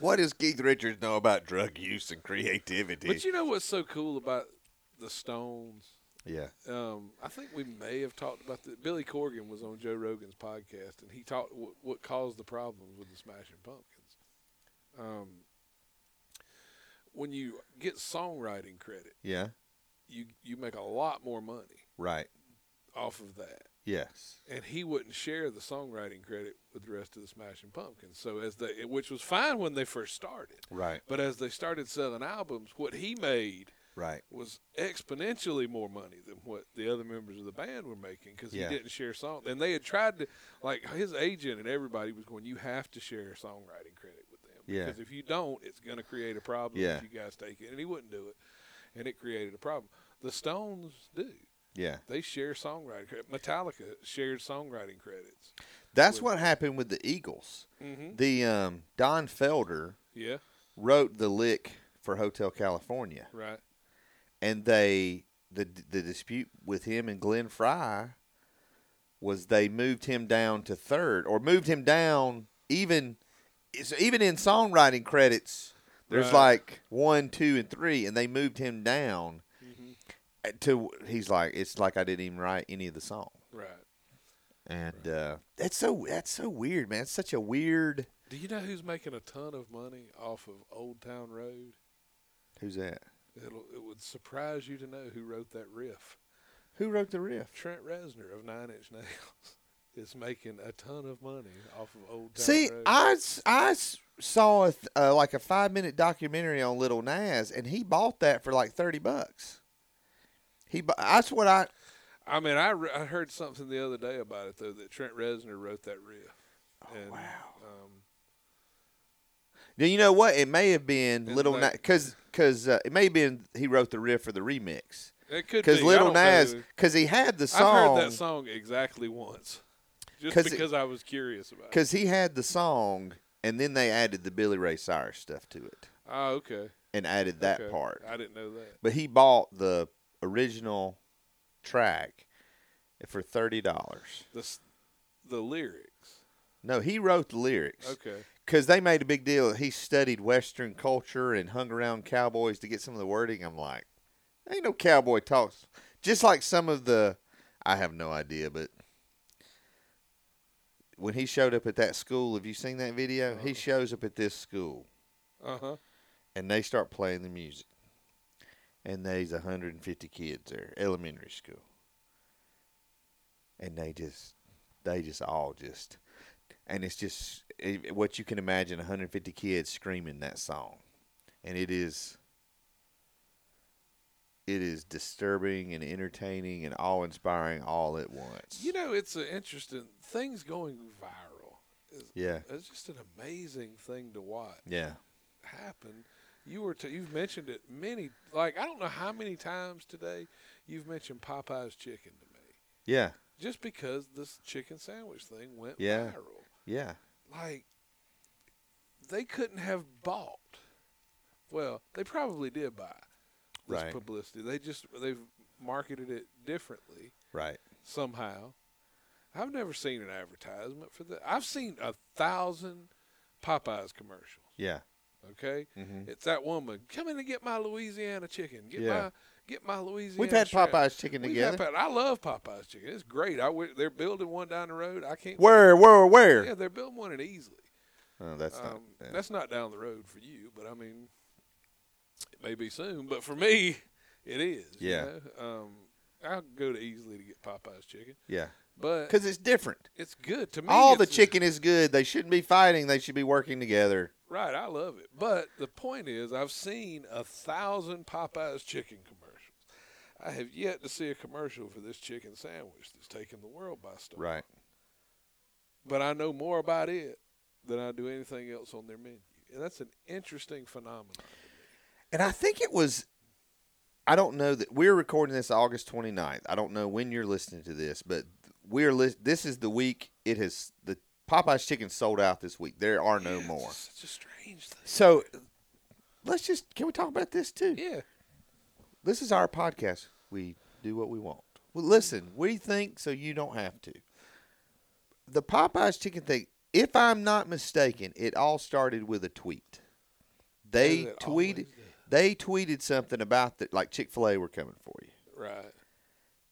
Speaker 2: What does Keith Richards know about drug use and creativity?
Speaker 3: But you know what's so cool about the Stones?
Speaker 2: yeah,
Speaker 3: Um, I think we may have talked about that. Billy Corgan was on Joe Rogan's podcast, and he talked w- what caused the problems with the Smashing Pumpkins. Um, when you get songwriting credit,
Speaker 2: yeah,
Speaker 3: you you make a lot more money
Speaker 2: right,
Speaker 3: off of that.
Speaker 2: yes.
Speaker 3: And he wouldn't share the songwriting credit with the rest of the Smashing Pumpkins. So as they, which was fine when they first started,
Speaker 2: Right,
Speaker 3: but as they started selling albums, what he made
Speaker 2: right,
Speaker 3: was exponentially more money than what the other members of the band were making because
Speaker 2: Yeah.
Speaker 3: he didn't share song. And they had tried to, like his agent and everybody was going, "You have to share songwriting credit with them
Speaker 2: Yeah.
Speaker 3: because if you don't, it's going to create a problem
Speaker 2: Yeah.
Speaker 3: if you guys take it." And he wouldn't do it, and it created a problem. The Stones do;
Speaker 2: yeah.
Speaker 3: they share songwriting credit. Metallica shared songwriting credits.
Speaker 2: That's
Speaker 3: With-
Speaker 2: what happened with the Eagles.
Speaker 3: Mm-hmm.
Speaker 2: The um, Don Felder
Speaker 3: Yeah,
Speaker 2: wrote the lick for Hotel California,
Speaker 3: right.
Speaker 2: and they the the dispute with him and Glenn Fry was they moved him down to third or moved him down even it's even in songwriting credits. There's
Speaker 3: Right.
Speaker 2: like one, two, and three, and they moved him down
Speaker 3: Mm-hmm.
Speaker 2: to. He's like, it's like I didn't even write any of the song.
Speaker 3: Right.
Speaker 2: and uh, that's so that's so weird, man. It's such a weird.
Speaker 3: Do you know who's making a ton of money off of Old Town Road?
Speaker 2: Who's that?
Speaker 3: It'll, it would surprise you to know who wrote that riff.
Speaker 2: Who wrote the riff?
Speaker 3: Trent Reznor of Nine Inch Nails is making a ton of money off of Old Town
Speaker 2: See,
Speaker 3: Road.
Speaker 2: I, s- I s- saw a th- uh, like a five minute documentary on Little Nas, and he bought that for like thirty bucks. He bu- that's what I
Speaker 3: I mean, I, re- I heard something the other day about it though that Trent Reznor wrote that riff. and,
Speaker 2: Oh, wow.
Speaker 3: Um,
Speaker 2: Now, you know what it may have been
Speaker 3: And
Speaker 2: Little Nas
Speaker 3: like-
Speaker 2: because because uh, it may have been he wrote the riff for the remix
Speaker 3: it could
Speaker 2: because
Speaker 3: be. I
Speaker 2: Little
Speaker 3: don't know.
Speaker 2: Nas because he had the
Speaker 3: I've heard
Speaker 2: song
Speaker 3: that song exactly once, just
Speaker 2: 'Cause it-
Speaker 3: because I was curious about. it.
Speaker 2: because he had the song and then they added the Billy Ray Cyrus stuff to it
Speaker 3: Oh, okay.
Speaker 2: and added that
Speaker 3: okay.
Speaker 2: part.
Speaker 3: I didn't know that.
Speaker 2: but he bought the original track for thirty dollars.
Speaker 3: The s- the lyrics.
Speaker 2: No, he wrote the lyrics
Speaker 3: Okay.
Speaker 2: because they made a big deal. that He studied Western culture and hung around cowboys to get some of the wording. I'm like, ain't no cowboy talks. Just like some of the, I have no idea, but when he showed up at that school, have you seen that video? He
Speaker 3: Uh-uh.
Speaker 2: shows up at this school
Speaker 3: Uh huh.
Speaker 2: and they start playing the music. And there's 150 kids there, elementary school. And they just, they just all just, and it's just it, what you can imagine 150 kids screaming that song. And it is, it is disturbing and entertaining and awe inspiring all at once.
Speaker 3: You know, it's an interesting things going viral. Is,
Speaker 2: yeah,
Speaker 3: It's just an amazing thing to watch
Speaker 2: yeah,
Speaker 3: happen. You were t- you've mentioned it many like I don't know how many times today you've mentioned Popeye's chicken to me
Speaker 2: yeah,
Speaker 3: just because this chicken sandwich thing went
Speaker 2: Yeah.
Speaker 3: viral.
Speaker 2: yeah,
Speaker 3: Like they couldn't have bought. Well, they probably did buy this
Speaker 2: Right.
Speaker 3: publicity. They just they've marketed it differently
Speaker 2: right.
Speaker 3: somehow. I've never seen an advertisement for that. I've seen a thousand Popeyes commercials.
Speaker 2: Yeah.
Speaker 3: Okay,
Speaker 2: hmm
Speaker 3: it's that woman. Come in and get my Louisiana chicken. Get
Speaker 2: Yeah.
Speaker 3: my get my Louisiana.
Speaker 2: We've had
Speaker 3: strap.
Speaker 2: Popeye's chicken
Speaker 3: We've had
Speaker 2: together.
Speaker 3: Pop- I love Popeyes chicken. It's great. I w- they're building one down the road. I can't.
Speaker 2: Where, where, where?
Speaker 3: Yeah, they're building one in Easley.
Speaker 2: Oh, that's not.
Speaker 3: Um,
Speaker 2: yeah.
Speaker 3: That's not down the road for you, but I mean, it may be soon. But for me, it is. you
Speaker 2: Yeah.
Speaker 3: know? Um, I'll go to Easley to get Popeyes chicken.
Speaker 2: Yeah.
Speaker 3: but
Speaker 2: because it's different.
Speaker 3: it's good to me.
Speaker 2: All the
Speaker 3: it's-
Speaker 2: chicken is good. They shouldn't be fighting. They should be working together.
Speaker 3: Right, I love it. But the point is, I've seen a thousand Popeyes chicken commercials. I have yet to see a commercial for this chicken sandwich that's taken the world by storm.
Speaker 2: Right.
Speaker 3: But I know more about it than I do anything else on their menu. And that's an interesting phenomenon.
Speaker 2: And I think it was I don't know that we're recording this August 29th. I don't know when you're listening to this, but we're li- this is the week it has the Popeye's chicken sold out this week. There are no
Speaker 3: Yeah,
Speaker 2: more.
Speaker 3: It's such a strange thing.
Speaker 2: So let's just can we talk about this too?
Speaker 3: Yeah.
Speaker 2: This is our podcast. We do what we want. Well, listen, we think so you don't have to. The Popeye's chicken thing, if I'm not mistaken, it all started with a tweet. They
Speaker 3: Does it
Speaker 2: tweeted
Speaker 3: always?
Speaker 2: they tweeted something about that like Chick-fil-A were coming for you.
Speaker 3: Right.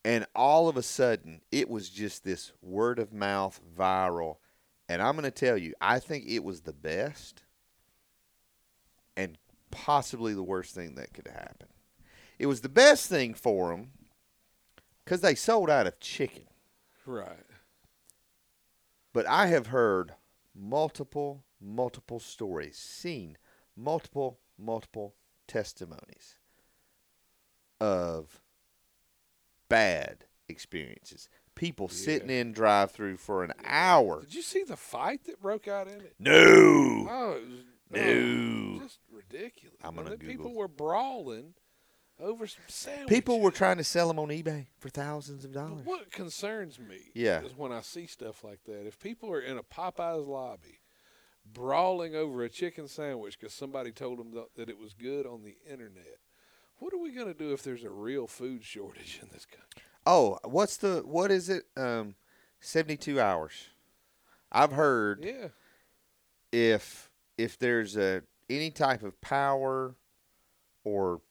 Speaker 2: And all of a sudden, it was just this word of mouth viral. And I'm going to tell you, I think it was the best and possibly the worst thing that could happen. It was the best thing for them because they sold out of chicken.
Speaker 3: Right.
Speaker 2: But I have heard multiple, multiple stories, seen multiple, multiple testimonies of bad experiences. People sitting in drive through for an hour.
Speaker 3: Did you see the fight that broke out in it?
Speaker 2: No.
Speaker 3: Oh, it was,
Speaker 2: No.
Speaker 3: oh, just ridiculous.
Speaker 2: I'm
Speaker 3: And
Speaker 2: gonna
Speaker 3: then People
Speaker 2: Google.
Speaker 3: were brawling over some sandwiches.
Speaker 2: People were trying to sell them on eBay for thousands of
Speaker 3: But
Speaker 2: dollars.
Speaker 3: what concerns me
Speaker 2: Yeah.
Speaker 3: is when I see stuff like that. If people are in a Popeye's lobby brawling over a chicken sandwich because somebody told them th- that it was good on the internet, what are we going to do if there's a real food shortage in this country?
Speaker 2: Oh, what's the what is it? Um 72 hours. I've heard
Speaker 3: Yeah.
Speaker 2: if if there's a any type of power or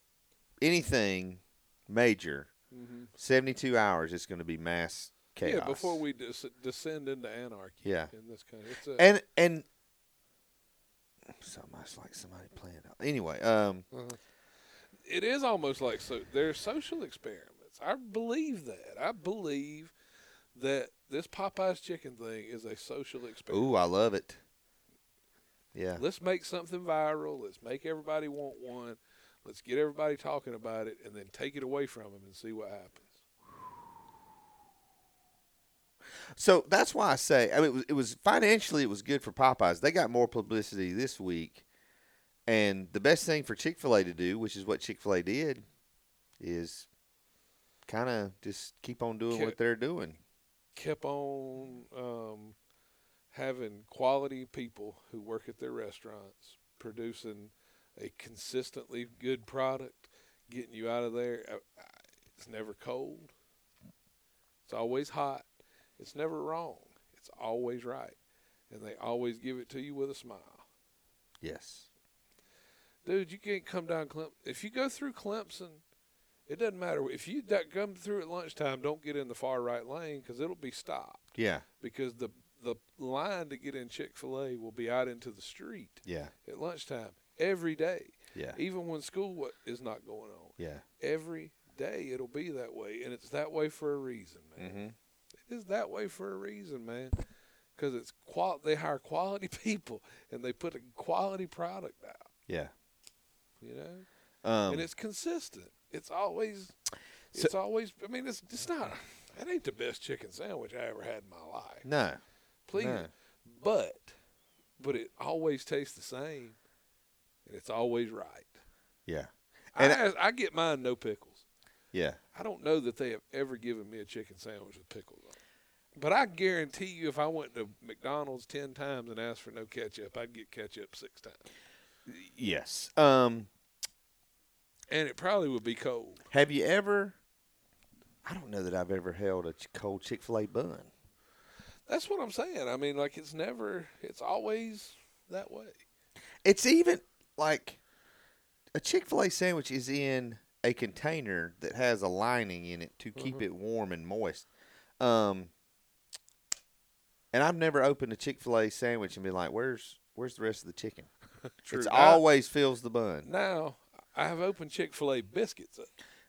Speaker 2: anything major,
Speaker 3: hmm
Speaker 2: seventy two hours it's going to be mass chaos.
Speaker 3: Yeah, before we des- descend into anarchy
Speaker 2: Yeah.
Speaker 3: in this country. It's a,
Speaker 2: and and so much like somebody playing. Anyway, um,
Speaker 3: it is almost like so they're social experiments. I believe that. I believe that this Popeye's chicken thing is a social experiment.
Speaker 2: ooh, I love it. Yeah,
Speaker 3: Let's make something viral. Let's make everybody want one. Let's get everybody talking about it and then take it away from them and see what happens.
Speaker 2: So that's why I say I mean, it, was, it was financially it was good for Popeyes. They got more publicity this week, and the best thing for Chick Fil A to do, which is what Chick Fil A did, is kind of just keep on doing
Speaker 3: Ki-
Speaker 2: what they're doing.
Speaker 3: Kept on um, having quality people who work at their restaurants producing a consistently good product, getting you out of there. I- I- It's never cold, it's always hot, it's never wrong, it's always right. And they always give it to you with a smile.
Speaker 2: Yes,
Speaker 3: dude, you can't come down Clemson. If you go through Clemson, it doesn't matter. If you d- come through at lunchtime, don't get in the far right lane because it'll be stopped
Speaker 2: yeah,
Speaker 3: because the the line to get in Chick Fil A will be out into the street
Speaker 2: yeah,
Speaker 3: at lunchtime every day,
Speaker 2: yeah,
Speaker 3: even when school wa- is not going on.
Speaker 2: yeah.
Speaker 3: Every day it'll be that way, and it's that way for a reason, man.
Speaker 2: Mm-hmm.
Speaker 3: It is that way for a reason, man. Because it's qual- they hire quality people and they put a quality product out.
Speaker 2: Yeah.
Speaker 3: You know.
Speaker 2: Um,
Speaker 3: and it's consistent. It's always,
Speaker 2: So-
Speaker 3: it's always. I mean, it's it's not. It ain't the best chicken sandwich I ever had in my life.
Speaker 2: no,
Speaker 3: Please,
Speaker 2: no.
Speaker 3: but but it always tastes the same, and it's always right.
Speaker 2: yeah,
Speaker 3: And
Speaker 2: And
Speaker 3: I, I, get mine no pickles.
Speaker 2: yeah.
Speaker 3: I don't know that they have ever given me a chicken sandwich with pickles on. it. But I guarantee you, if I went to McDonald's ten times and asked for no ketchup, I'd get ketchup six times,
Speaker 2: Yes. Um,
Speaker 3: and it probably would be cold.
Speaker 2: have you ever? I don't know that I've ever held a ch- cold Chick Fil A bun.
Speaker 3: That's what I'm saying. I mean, like it's never, it's always that way.
Speaker 2: It's even like a Chick fil A sandwich is in a container that has a lining in it to keep
Speaker 3: Mhm.
Speaker 2: it warm and moist. Um, and I've never opened a Chick fil A sandwich and been like, where's where's the rest of the chicken? It's
Speaker 3: Now-
Speaker 2: always fills the bun.
Speaker 3: now. I have opened Chick Fil A biscuits. up.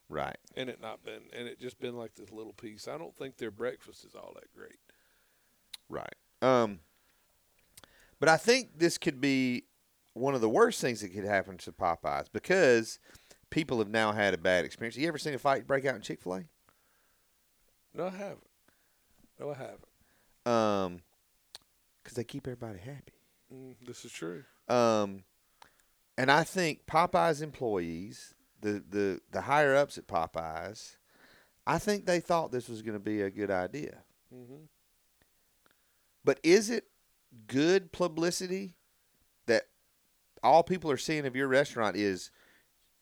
Speaker 2: Right.
Speaker 3: and it not been and it just been like this little piece. I don't think their breakfast is all that great.
Speaker 2: Right. Um, but I think this could be one of the worst things that could happen to Popeyes because people have now had a bad experience. You ever seen a fight break out in Chick Fil
Speaker 3: No, I haven't. No, I haven't.
Speaker 2: A? Um, because they keep everybody happy.
Speaker 3: Mm, this is true.
Speaker 2: Um, and I think Popeyes employees, the the the higher ups at Popeyes, I think they thought this was going to be a good idea.
Speaker 3: hmm
Speaker 2: But is it good publicity that all people are seeing of your restaurant is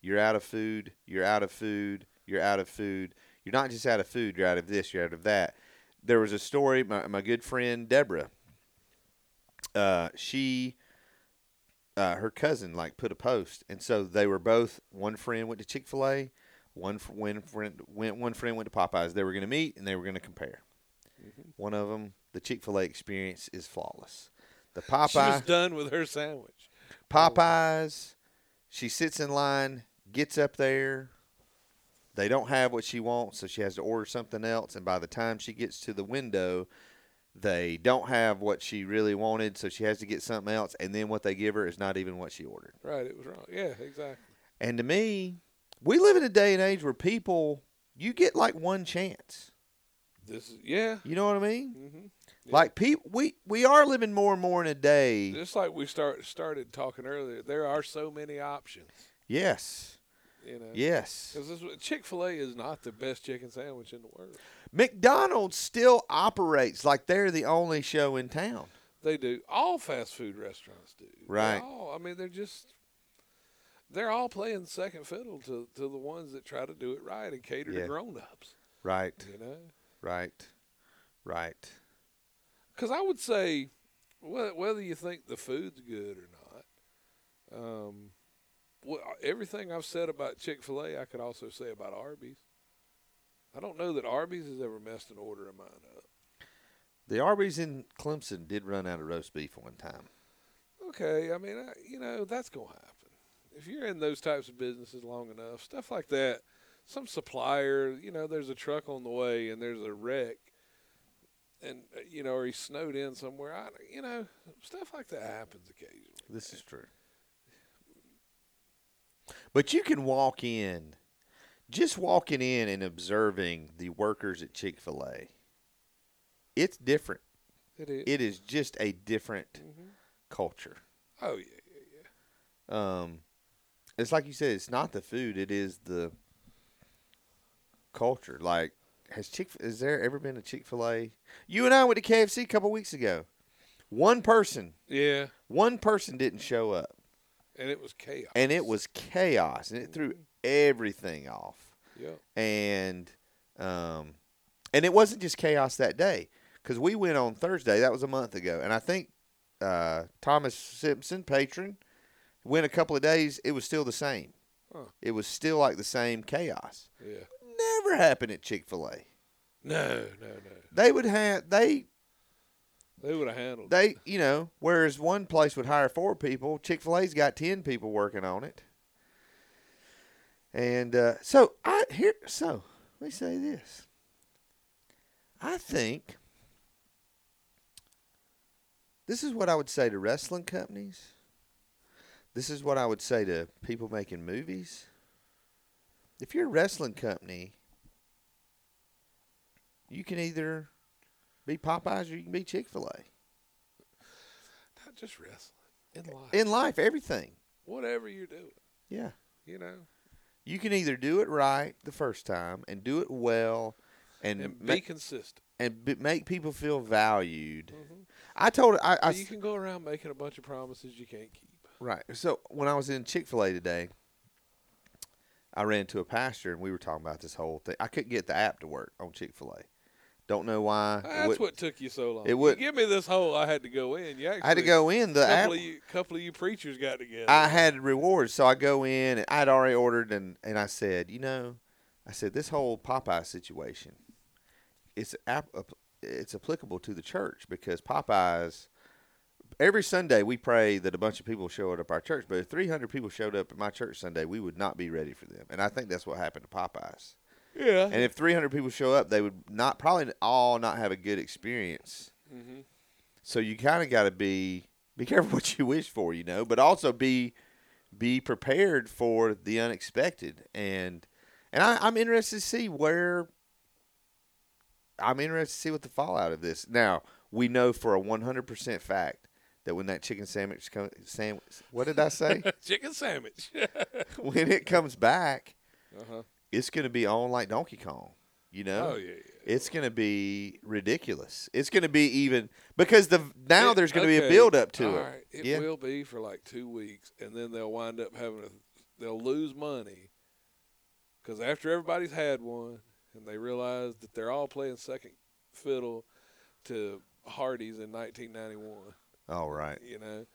Speaker 2: you're out of food, you're out of food, you're out of food. You're not just out of food, you're out of this, you're out of that. There was a story, my, my good friend Deborah, uh, she, uh, her cousin, like put a post. And so they were both, one friend went to Chick fil A, one, fr- one, friend, went, one friend went to Popeyes. They were going to meet and they were going to compare.
Speaker 3: Mm-hmm.
Speaker 2: One of them, the Chick fil A experience is flawless. The Popeyes.
Speaker 3: She was done with her sandwich.
Speaker 2: Popeyes. She sits in line, gets up there. They don't have what she wants, so she has to order something else. And by the time she gets to the window, they don't have what she really wanted, so she has to get something else. And then what they give her is not even what she ordered.
Speaker 3: Right, it was wrong. Yeah, exactly.
Speaker 2: And to me, we live in a day and age where people, you get like one chance.
Speaker 3: This is yeah.
Speaker 2: You know what I mean?
Speaker 3: hmm Yeah.
Speaker 2: Like people, we we are living more and more in a day.
Speaker 3: Just like we start started talking earlier, there are so many options.
Speaker 2: Yes,
Speaker 3: You know.
Speaker 2: yes.
Speaker 3: Chick Fil A is not the best chicken sandwich in the world.
Speaker 2: McDonald's still operates like they're the only show in town.
Speaker 3: They do. All fast food restaurants do. They
Speaker 2: Right.
Speaker 3: All, I mean, they're just they're all playing second fiddle to, to the ones that try to do it right and cater
Speaker 2: Yeah.
Speaker 3: to grown ups.
Speaker 2: Right,
Speaker 3: You know,
Speaker 2: right, right.
Speaker 3: because I would say whe- whether you think the food's good or not, um, well, everything I've said about Chick Fil A, I could also say about Arby's. I don't know that Arby's has ever messed an order of mine up.
Speaker 2: The Arby's in Clemson did run out of roast beef one time.
Speaker 3: okay, I mean, I, you know, that's going to happen. If you're in those types of businesses long enough, stuff like that, some supplier, you know, there's a truck on the way and there's a wreck and, uh, you know, or he's snowed in somewhere. I, you know, stuff like that happens occasionally.
Speaker 2: This is true. But you can walk in, just walking in and observing the workers at Chick fil A. It's different.
Speaker 3: It is.
Speaker 2: It is just a different
Speaker 3: Mhm.
Speaker 2: culture.
Speaker 3: Oh, yeah, yeah, yeah.
Speaker 2: um it's like you said it's not the food it is the culture like has chick is there ever been a chick-fil-a you and i went to kfc a couple weeks ago one person
Speaker 3: Yeah,
Speaker 2: one person didn't show up
Speaker 3: and it was chaos.
Speaker 2: and it was chaos and it threw everything off
Speaker 3: Yeah.
Speaker 2: and um and it wasn't just chaos that day because we went on thursday that was a month ago and i think uh thomas simpson patron went a couple of days it was still the same
Speaker 3: Huh.
Speaker 2: it was still like the same chaos
Speaker 3: Yeah.
Speaker 2: never happened at chick-fil-a
Speaker 3: No, no, no.
Speaker 2: they would have they
Speaker 3: They would have handled it.
Speaker 2: they you know whereas one place would hire four people chick-fil-a's got ten people working on it and uh, so i here so let me say this i think this is what i would say to wrestling companies this is what i would say to people making movies if you're a wrestling company you can either be popeyes or you can be chick-fil-a
Speaker 3: Not just wrestling. In life.
Speaker 2: in life, everything.
Speaker 3: Whatever you're doing,
Speaker 2: Yeah.
Speaker 3: you know.
Speaker 2: You can either do it right the first time and do it well and
Speaker 3: And
Speaker 2: ma-
Speaker 3: be consistent.
Speaker 2: and b- make people feel valued.
Speaker 3: Mhm.
Speaker 2: I told I, I
Speaker 3: But
Speaker 2: s-
Speaker 3: you can go around making a bunch of promises you can't keep.
Speaker 2: right. So when I was in Chick-fil-A today, I ran into a pastor and we were talking about this whole thing. I couldn't get the app to work on Chick-fil-A. Don't know why. It
Speaker 3: That's
Speaker 2: wouldn't-
Speaker 3: what took you so long.
Speaker 2: it would-
Speaker 3: you give me this hole. I had to go in. You actually,
Speaker 2: I had to go in the
Speaker 3: A
Speaker 2: app
Speaker 3: couple of you, couple of you preachers got together.
Speaker 2: I had rewards, so I go in and I'd already ordered, and and I said, you know, I said this whole Popeye situation, it's ap- it's applicable to the church because Popeyes every Sunday we pray that a bunch of people show up at our church. But if 300 people showed up at my church Sunday, we would not be ready for them. And I think that's what happened to Popeyes.
Speaker 3: Yeah.
Speaker 2: And if 300 people show up, they would not probably all not have a good experience.
Speaker 3: Mm-hmm.
Speaker 2: So you kind of got to be be careful what you wish for, you know, but also be be prepared for the unexpected. And and I, I'm interested to see where I'm interested to see what the fallout of this. Now we know for a 100% fact that when that chicken sandwich comes, sandwich, what did I say?
Speaker 3: Chicken sandwich.
Speaker 2: when it comes back,
Speaker 3: Uh-huh.
Speaker 2: it's going to be on like Donkey Kong. You know,
Speaker 3: Oh yeah. yeah.
Speaker 2: it's going to be ridiculous. It's going to be even because the now
Speaker 3: It-
Speaker 2: there's going to be a
Speaker 3: okay,
Speaker 2: build up to
Speaker 3: all
Speaker 2: it.
Speaker 3: right, It
Speaker 2: yeah,
Speaker 3: will be for like two weeks, and then they'll wind up having a, they'll lose money because after everybody's had one, and they realize that they're all playing second fiddle to Hardee's in 1991.
Speaker 2: all right.
Speaker 3: You know,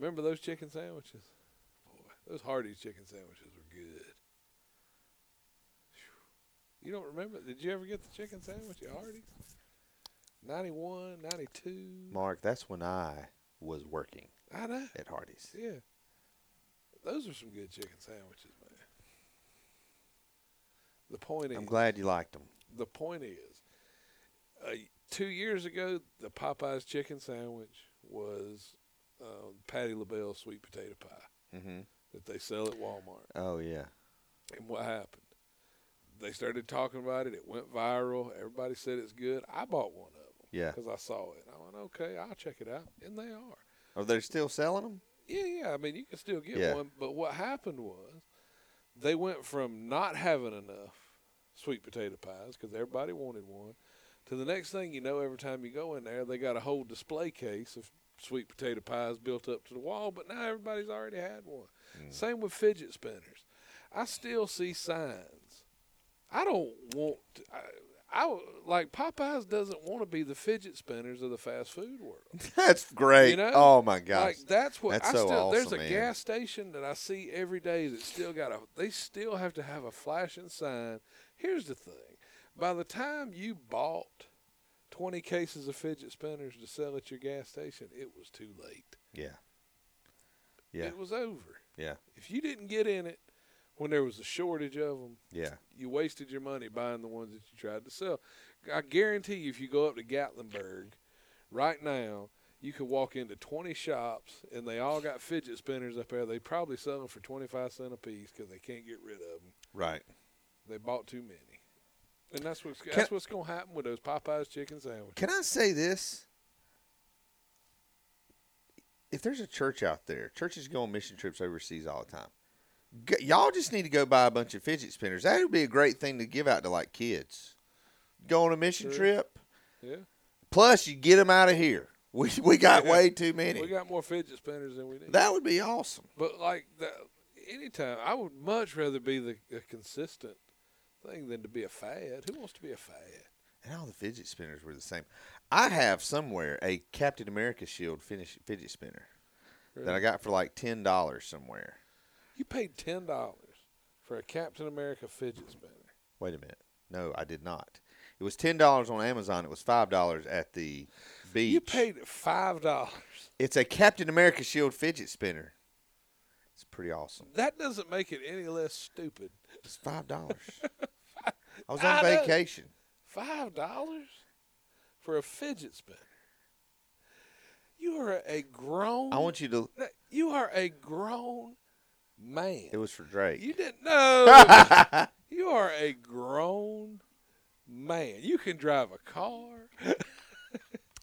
Speaker 3: remember those chicken sandwiches? Boy, those Hardee's chicken sandwiches were good. Phew. You don't remember? Did you ever get the chicken sandwich at Hardee's? 91, 92.
Speaker 2: Mark, that's when I was working
Speaker 3: I know.
Speaker 2: at Hardee's.
Speaker 3: Yeah. Those are some good chicken sandwiches, man. The point
Speaker 2: I'm
Speaker 3: is,
Speaker 2: glad you liked them.
Speaker 3: the point is, uh, two years ago, the Popeyes chicken sandwich was uh, Patty LaBelle sweet potato pie
Speaker 2: Mm-hmm.
Speaker 3: that they sell at Walmart.
Speaker 2: Oh yeah.
Speaker 3: And what happened? They started talking about it. It went viral. Everybody said it's good. I bought one of them
Speaker 2: Yeah.
Speaker 3: because I saw it. I went, okay, I'll check it out. And they are.
Speaker 2: Are they still selling them?
Speaker 3: Yeah, yeah. I mean, you can still get
Speaker 2: Yeah.
Speaker 3: one. But what happened was they went from not having enough sweet potato pies because everybody wanted one to the next thing you know, every time you go in there, they got a whole display case of sweet potato pies built up to the wall. But now everybody's already had one. Same with fidget spinners. I still see signs. I don't want. To, I, I like Popeyes doesn't want to be the fidget spinners of the fast food world.
Speaker 2: That's great.
Speaker 3: You know?
Speaker 2: oh my gosh.
Speaker 3: Like that's what
Speaker 2: That's
Speaker 3: I
Speaker 2: so
Speaker 3: still there's a
Speaker 2: awesome, man.
Speaker 3: gas station that I see every day that still got a they still have to have a flashing sign. Here's the thing. By the time you bought 20 cases of fidget spinners to sell at your gas station, it was too late.
Speaker 2: yeah. Yeah.
Speaker 3: It was over.
Speaker 2: Yeah.
Speaker 3: If you didn't get in it when there was a shortage of them,
Speaker 2: Yeah.
Speaker 3: you wasted your money buying the ones that you tried to sell. I guarantee you, if you go up to Gatlinburg right now, you could walk into 20 shops and they all got fidget spinners up there. They probably sell them for 25 cents a piece because they can't get rid of them.
Speaker 2: Right.
Speaker 3: They bought too many. And that's what's,
Speaker 2: Can-
Speaker 3: that's what's going to happen with those Popeyes chicken sandwiches.
Speaker 2: Can I say this? If there's a church out there, churches go on mission trips overseas all the time. G- y'all just need to go buy a bunch of fidget spinners. That would be a great thing to give out to like kids. Go on a mission
Speaker 3: Sure.
Speaker 2: trip.
Speaker 3: Yeah.
Speaker 2: Plus, you get them out of here. We we got way too many.
Speaker 3: We got more fidget spinners than we need.
Speaker 2: that would be awesome.
Speaker 3: But like that, anytime I would much rather be the a consistent thing than to be a fad. Who wants to be a fad?
Speaker 2: And all the fidget spinners were the same. I have somewhere a Captain America shield finish, fidget spinner that I got for like ten dollars somewhere.
Speaker 3: You paid ten dollars for a Captain America fidget spinner.
Speaker 2: Wait a minute. No, I did not. It was ten dollars on Amazon. It was five dollars at the beach.
Speaker 3: You paid five dollars.
Speaker 2: It's a Captain America shield fidget spinner. It's pretty awesome.
Speaker 3: That doesn't make it any less stupid.
Speaker 2: It's five dollars. I was on
Speaker 3: I know.
Speaker 2: vacation.
Speaker 3: Five dollars for a fidget spinner. You are a grown.
Speaker 2: I want you to.
Speaker 3: You are a grown man.
Speaker 2: It was for Drake.
Speaker 3: You didn't know. you are a grown man. You can drive a car.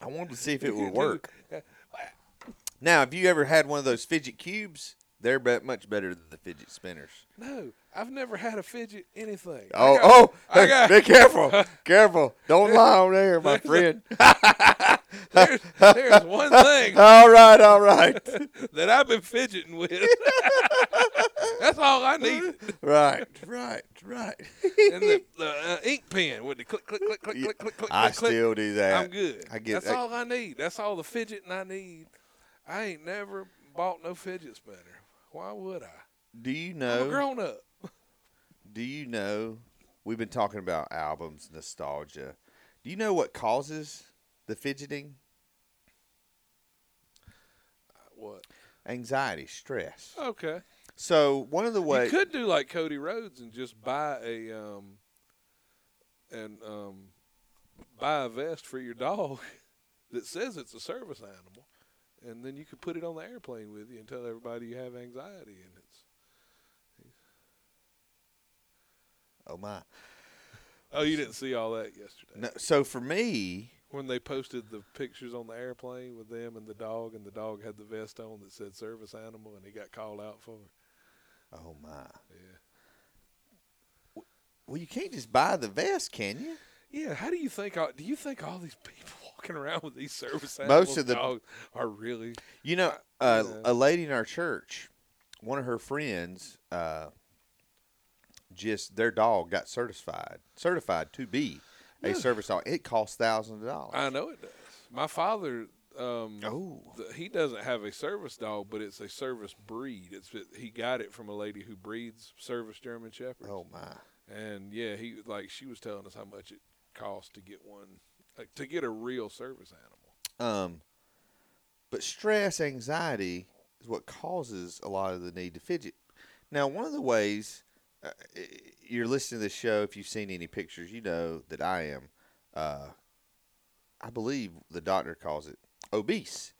Speaker 2: I wanted to see if it
Speaker 3: You
Speaker 2: would
Speaker 3: do.
Speaker 2: work. Now, have you ever had one of those fidget cubes? They're be- much better than the fidget spinners.
Speaker 3: No, I've never had a fidget anything. I
Speaker 2: Oh,
Speaker 3: got-
Speaker 2: oh!
Speaker 3: I
Speaker 2: hey,
Speaker 3: got-
Speaker 2: be careful, careful! Don't lie on there, my friend.
Speaker 3: There's, there's one thing
Speaker 2: all right, all right,
Speaker 3: that I've been fidgeting with. That's all I needed.
Speaker 2: right, right, right.
Speaker 3: And the, the uh, ink pen with the click, click, click, click, click, click, click.
Speaker 2: I
Speaker 3: click, click.
Speaker 2: still do that.
Speaker 3: I'm good.
Speaker 2: I get
Speaker 3: That's
Speaker 2: that.
Speaker 3: all I need. That's all the fidgeting I need. I ain't never bought no fidget spinner. Why would I?
Speaker 2: Do you
Speaker 3: I'm a
Speaker 2: know?
Speaker 3: grown up.
Speaker 2: Do you know? We've been talking about albums, nostalgia. Do you know what causes the fidgeting?
Speaker 3: what?
Speaker 2: Anxiety, stress.
Speaker 3: Okay.
Speaker 2: So one of the
Speaker 3: You
Speaker 2: ways
Speaker 3: could do like Cody Rhodes and just buy a um and um buy a vest for your dog that says it's a service animal, and then you could put it on the airplane with you and tell everybody you have anxiety and it's.
Speaker 2: oh my.
Speaker 3: Oh, you didn't see all that yesterday
Speaker 2: No, so for me,
Speaker 3: when they posted the pictures on the airplane with them and the dog, and the dog had the vest on that said service animal, and he got called out for it.
Speaker 2: oh my.
Speaker 3: Yeah.
Speaker 2: Well, you can't just buy the vest, can you?
Speaker 3: Yeah, how do you think? all- Do you think all these people walking around with these service animals
Speaker 2: Most of the-
Speaker 3: dogs are really?
Speaker 2: You know, uh,
Speaker 3: Yeah.
Speaker 2: a lady in our church, one of her friends, uh, just their dog got certified, certified to be a
Speaker 3: Yeah.
Speaker 2: service dog. It costs thousands of dollars.
Speaker 3: I know it does. My father, um,
Speaker 2: Oh,
Speaker 3: th- he doesn't have a service dog, but it's a service breed. It's he got it from a lady who breeds service German shepherds.
Speaker 2: oh my!
Speaker 3: And yeah, he like she was telling us how much it costs to get one, like, to get a real service animal.
Speaker 2: Um, but stress, anxiety is what causes a lot of the need to fidget. Now, one of the ways uh, you're listening to this show, if you've seen any pictures, you know that I am, uh, I believe the doctor calls it obese.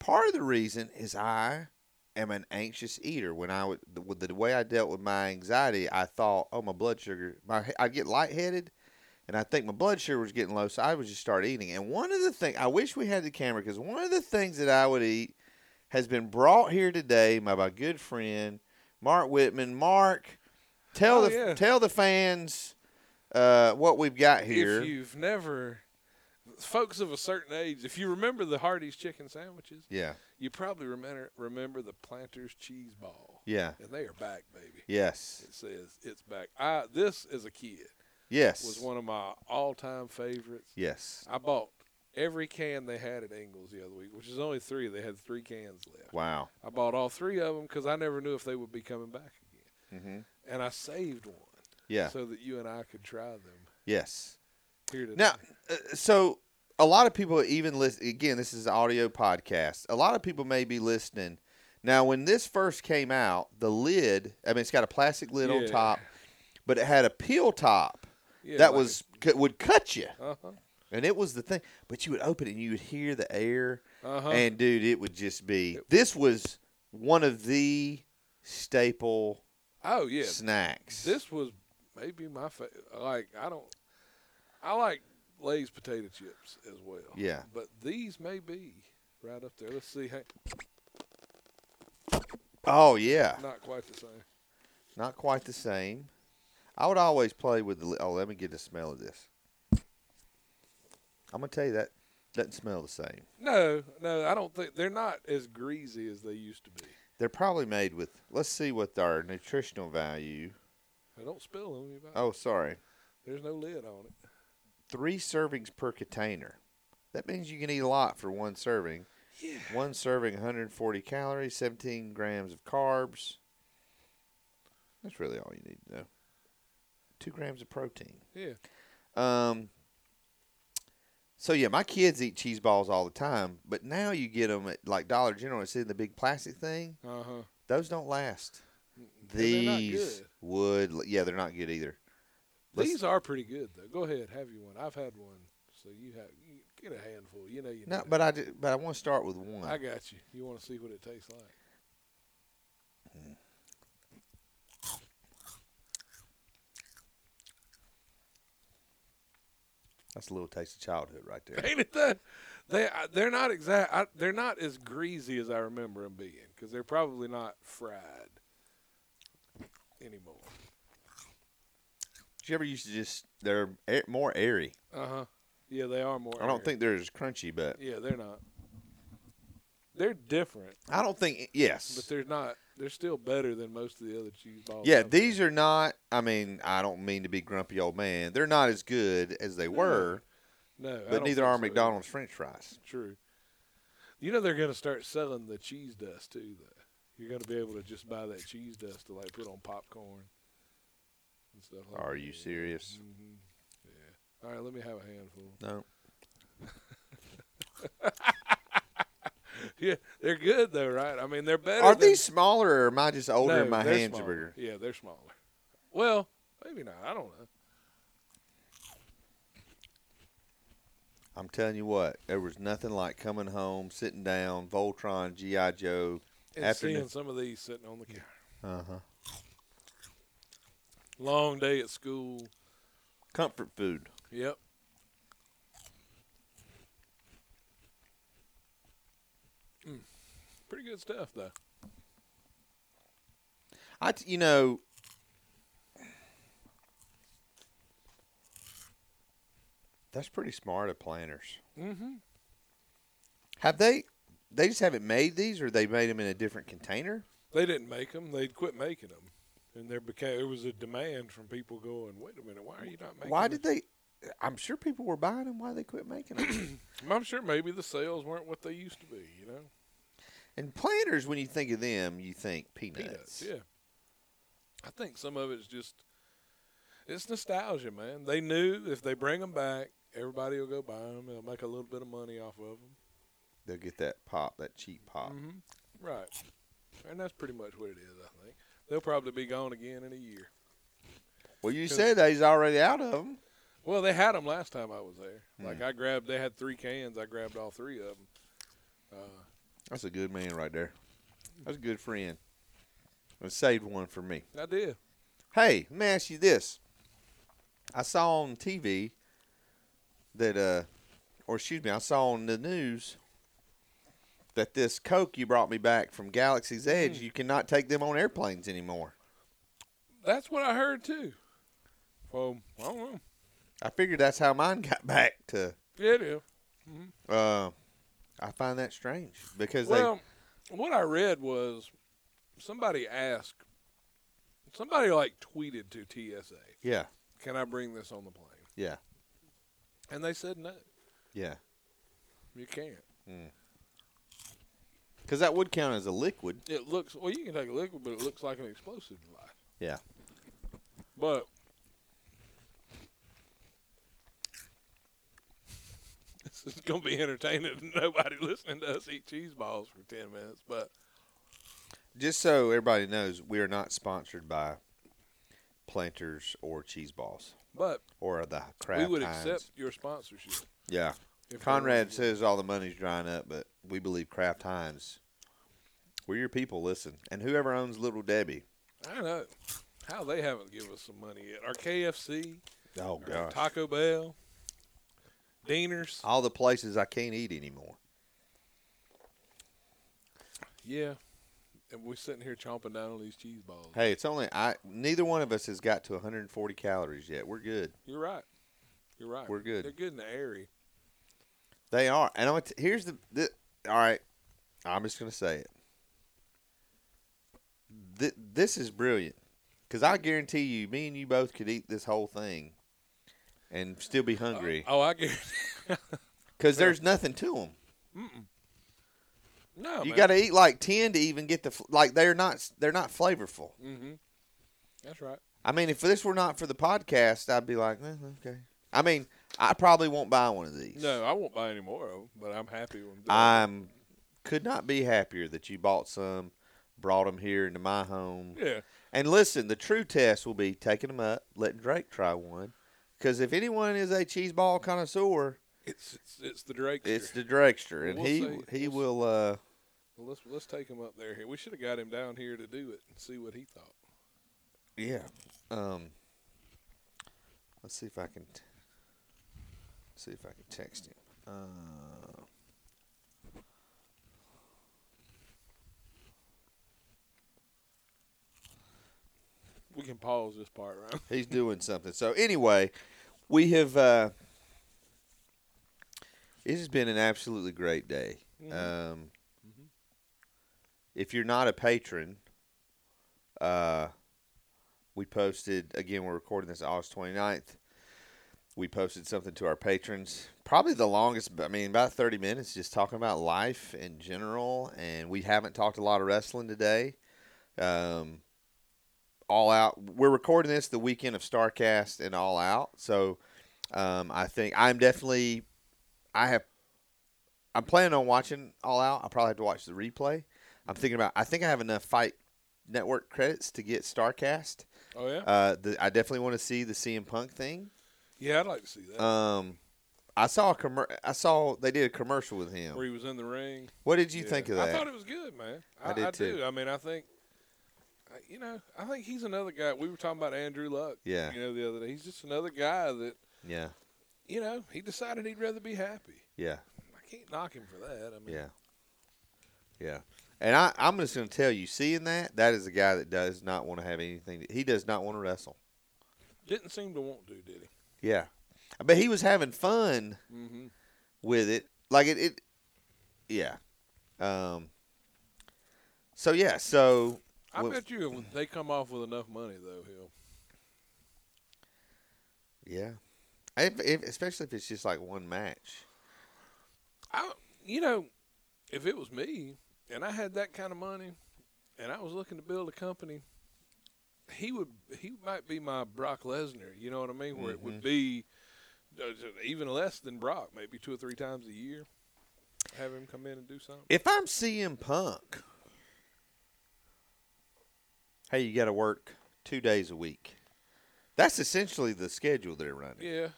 Speaker 2: Part of the reason is I am an anxious eater. When I would, the, with the way I dealt with my anxiety, I thought, oh, my blood sugar, my I'd get lightheaded, and I think my blood sugar was getting low, so I would just start eating. And one of the things I wish we had the camera because one of the things that I would eat has been brought here today by my good friend Mark Whitman. Mark, tell
Speaker 3: Oh,
Speaker 2: the
Speaker 3: yeah.
Speaker 2: tell the fans uh, what we've got here.
Speaker 3: If you've never, folks of a certain age, if you remember the Hardee's chicken sandwiches,
Speaker 2: yeah,
Speaker 3: you probably remember remember the Planters cheese ball.
Speaker 2: yeah,
Speaker 3: and they are back, baby.
Speaker 2: yes,
Speaker 3: It says it's back. I this as a kid
Speaker 2: yes,
Speaker 3: was one of my all time favorites.
Speaker 2: yes.
Speaker 3: I bought every can they had at Ingles the other week, which is only three. They had three cans left.
Speaker 2: Wow.
Speaker 3: I bought all three of them because I never knew if they would be coming back again,
Speaker 2: hmm
Speaker 3: and I saved one
Speaker 2: Yeah.
Speaker 3: Mm-hmm. so that you and I could try them
Speaker 2: yes.
Speaker 3: here today.
Speaker 2: Now, uh, so a lot of people even listen. Again, this is an audio podcast. A lot of people may be listening. Now, when this first came out, the lid. I mean, it's got a plastic lid on
Speaker 3: Yeah.
Speaker 2: top, but it had a peel top
Speaker 3: Yeah,
Speaker 2: that
Speaker 3: like
Speaker 2: was c- would cut you,
Speaker 3: a- uh-huh,
Speaker 2: and it was the thing. But you would open it, and you would hear the air.
Speaker 3: uh-huh.
Speaker 2: And dude, it would just be. This was one of the staple
Speaker 3: oh yeah,
Speaker 2: snacks.
Speaker 3: this was maybe my favorite. Like I don't, I like Lay's potato chips as well.
Speaker 2: Yeah.
Speaker 3: but these may be right up there. Let's see. Hey,
Speaker 2: Oh yeah.
Speaker 3: not quite the same.
Speaker 2: Not quite the same. I would always play with the. li- Oh, let me get a smell of this. I'm gonna tell you that doesn't smell the same.
Speaker 3: No, no, I don't think they're not as greasy as they used to be.
Speaker 2: They're probably made with. Let's see what our nutritional value.
Speaker 3: I don't spill them. You might-
Speaker 2: Oh, sorry.
Speaker 3: There's no lid on it.
Speaker 2: Three servings per container. That means you can eat a lot for one serving.
Speaker 3: Yeah.
Speaker 2: One serving, 140 calories, 17 grams of carbs. That's really all you need to know. Two grams of protein.
Speaker 3: Yeah.
Speaker 2: Um. So yeah, my kids eat cheese balls all the time, but now you get them at like Dollar General. It's in the big plastic thing.
Speaker 3: Uh huh.
Speaker 2: Those don't last.
Speaker 3: they're not
Speaker 2: These
Speaker 3: good.
Speaker 2: would. Yeah, they're not good either. Let's-
Speaker 3: These are pretty good though. Go ahead, have you one? I've had one, so you have you get a handful. You know you.
Speaker 2: No,
Speaker 3: need
Speaker 2: but I ju- but I want to start with one.
Speaker 3: it. I got you. You want to see what it tastes like?
Speaker 2: That's a little taste of childhood right there.
Speaker 3: Ain't it that? They I- they're not exact. I, they're not as greasy as I remember them being because they're probably not fried anymore.
Speaker 2: Did you ever used to just they're air, more airy.
Speaker 3: Uh huh. Yeah, they are more.
Speaker 2: I don't
Speaker 3: airy.
Speaker 2: think they're as crunchy, but
Speaker 3: Yeah, they're not. They're different,
Speaker 2: I don't think
Speaker 3: but
Speaker 2: yes.
Speaker 3: they're not. They're still better than most of the other cheese balls.
Speaker 2: Yeah, these are not. I mean, I don't mean to be grumpy old man. They're not as good as they were,
Speaker 3: No, I
Speaker 2: but
Speaker 3: don't
Speaker 2: neither
Speaker 3: think
Speaker 2: are
Speaker 3: so.
Speaker 2: McDonald's French fries.
Speaker 3: True. You know they're gonna start selling the cheese dust too. Though you're gonna be able to just buy that cheese dust to like put on popcorn and stuff. Like
Speaker 2: Are
Speaker 3: that.
Speaker 2: you serious?
Speaker 3: Mhm. Yeah. All right, let me have a handful.
Speaker 2: No.
Speaker 3: yeah, they're good though, right? I mean, they're better.
Speaker 2: Are
Speaker 3: than-
Speaker 2: these smaller or am I just older in
Speaker 3: No,
Speaker 2: my
Speaker 3: they're
Speaker 2: hamburger?
Speaker 3: smaller. Yeah, they're smaller. Well, maybe not. I don't know.
Speaker 2: I'm telling you what, there was nothing like coming home, sitting down, Voltron, G.I. Joe.
Speaker 3: And
Speaker 2: Afternoon.
Speaker 3: seeing some of these sitting on the couch.
Speaker 2: Uh huh.
Speaker 3: Long day at school.
Speaker 2: Comfort food.
Speaker 3: Yep. Mm. Pretty good stuff though.
Speaker 2: I, t- you know, that's pretty smart of planners.
Speaker 3: Mm-hmm.
Speaker 2: Have they? They just haven't made these, or they made them in a different container.
Speaker 3: They didn't make them. They'd quit making them, and there became there was a demand from people going, "Wait a minute, why are you not making?"
Speaker 2: Why did they? I'm sure people were buying them. Why they quit making them?
Speaker 3: they? I'm sure maybe the sales weren't what they used to be. You know,
Speaker 2: and planters, when you think of them, you think peanuts.
Speaker 3: peanuts. Yeah. I think some of it's just it's nostalgia, man. They knew if they bring them back, everybody will go buy them. They'll make a little bit of money off of them.
Speaker 2: They'll get that pop, that cheap pop.
Speaker 3: Mhm. Right. And that's pretty much what it is, I think. They'll probably be gone again in a year.
Speaker 2: Well, you
Speaker 3: 'Cause-
Speaker 2: said that he's already out of them.
Speaker 3: Well, they had them last time I was there. Like I grabbed, they had three cans. I grabbed all three of them. Uh,
Speaker 2: That's a good man right there. That's a good friend. And saved one for me.
Speaker 3: I did.
Speaker 2: Hey, let me ask you this. I saw on TV that, uh, or excuse me, I saw on the news that this Coke you brought me back from Galaxy's
Speaker 3: Mm-hmm.
Speaker 2: Edge, you cannot take them on airplanes anymore.
Speaker 3: That's what I heard too. Well, I don't know.
Speaker 2: I figured that's how mine got back to.
Speaker 3: Yeah, it is.
Speaker 2: Uh, I find that strange because
Speaker 3: Well, what I read was somebody asked, somebody like tweeted to TSA,
Speaker 2: they, yeah,
Speaker 3: "Can I bring this on the plane?"
Speaker 2: yeah,
Speaker 3: And they said, "No,
Speaker 2: yeah,
Speaker 3: you can't."
Speaker 2: because that would count as a liquid.
Speaker 3: It looks well. You can take a liquid, but it looks like an explosive device.
Speaker 2: Yeah.
Speaker 3: But this is gonna be entertaining to nobody listening to us eat cheese balls for ten minutes. But
Speaker 2: Just so everybody knows, we are not sponsored by Planters or Cheese Balls
Speaker 3: but
Speaker 2: or the Kraft
Speaker 3: we would
Speaker 2: Heinz.
Speaker 3: accept your sponsorship.
Speaker 2: Yeah.
Speaker 3: if
Speaker 2: Conrad
Speaker 3: they-
Speaker 2: says all the money's drying up, but we believe Kraft Heinz. We're your people, listen. And whoever owns Little Debbie.
Speaker 3: I know how they haven't given us some money yet. Our KFC,
Speaker 2: Oh,
Speaker 3: our Taco Bell, Deaners.
Speaker 2: All the places I can't eat anymore.
Speaker 3: Yeah, and we're sitting here chomping down on these cheese balls.
Speaker 2: Hey, it's only I neither one of us has got to 140 calories yet. We're good.
Speaker 3: You're right. You're right.
Speaker 2: We're good.
Speaker 3: They're good and airy.
Speaker 2: They are. And I'm, gonna t- here's the, the all right. I'm just going to say it. Th- this is brilliant cuz I guarantee you me and you both could eat this whole thing and still be hungry
Speaker 3: Oh, I guarantee. uh,
Speaker 2: cuz there's nothing to them.
Speaker 3: No,
Speaker 2: you got to eat like ten to even get the fl- like. They're not they're not flavorful.
Speaker 3: Mm-hmm. That's right.
Speaker 2: I mean, if this were not for the podcast, I'd be like, eh, okay. I mean, I probably won't buy one of these.
Speaker 3: No, I won't buy any more of them, but I'm happy with them.
Speaker 2: I'm could not be happier that you bought some, brought them here into my home.
Speaker 3: yeah.
Speaker 2: And listen, the true test will be taking them up, letting Drake try one, because if anyone is a cheese ball connoisseur,
Speaker 3: It's it's, it's the Drake.
Speaker 2: it's the Drakester, and
Speaker 3: We'll
Speaker 2: he
Speaker 3: see.
Speaker 2: he
Speaker 3: We'll
Speaker 2: will. Uh,
Speaker 3: let's let's take him up there. Here, we should have got him down here to do it and see what he thought.
Speaker 2: Yeah. Um. Let's see if I can. T- see if I can text him. Uh,
Speaker 3: We can pause this part, right?
Speaker 2: he's doing something. So anyway, we have. Uh, it has been an absolutely great day.
Speaker 3: Mhm.
Speaker 2: Um, If you're not a patron, uh, we posted again. We're recording this August 29th. We posted something to our patrons. Probably the longest. I mean, about 30 minutes, just talking about life in general. And we haven't talked a lot of wrestling today. Um, all out. We're recording this the weekend of Starcast and All Out. So um, I think I'm definitely. I have I'm planning on watching All Out. I'll probably have to watch the replay. I'm thinking about. I think I have enough Fight Network credits to get Starcast.
Speaker 3: Oh yeah,
Speaker 2: Uh, the, I definitely want to see the CM Punk thing.
Speaker 3: yeah. I'd like to see that.
Speaker 2: Um, I saw a commer- I saw they did a commercial with him.
Speaker 3: where he was in the ring.
Speaker 2: What did you
Speaker 3: Yeah.
Speaker 2: think of that?
Speaker 3: I thought it was good, man.
Speaker 2: I
Speaker 3: I,
Speaker 2: did
Speaker 3: I
Speaker 2: too.
Speaker 3: do. I mean, I think, I- you know, I think he's another guy. We were talking about Andrew Luck,
Speaker 2: yeah,
Speaker 3: you know, the other day. He's just another guy that,
Speaker 2: yeah,
Speaker 3: you know, he decided he'd rather be happy.
Speaker 2: yeah,
Speaker 3: I can't knock him for that. I mean,
Speaker 2: yeah, yeah. And I, I'm just going to tell you, seeing that, that is a guy that does not want to have anything. To, he does not want to wrestle.
Speaker 3: didn't seem to want to, did he?
Speaker 2: Yeah, but he was having fun
Speaker 3: Mm-hmm.
Speaker 2: with it. Like it, it yeah. Um. So yeah, so
Speaker 3: I
Speaker 2: Well-
Speaker 3: bet you if they come off with enough money, though, he'll.
Speaker 2: yeah, if, if, especially if it's just like one match.
Speaker 3: I, you know, if it was me and I had that kind of money and I was looking to build a company, he would he might be my Brock Lesnar. You know what I mean? Where it would be uh, even less than Brock, maybe two or three times a year. Have him come in and do something.
Speaker 2: If I'm CM Punk, hey, you got to work two days a week. That's essentially the schedule they're running.
Speaker 3: Yeah,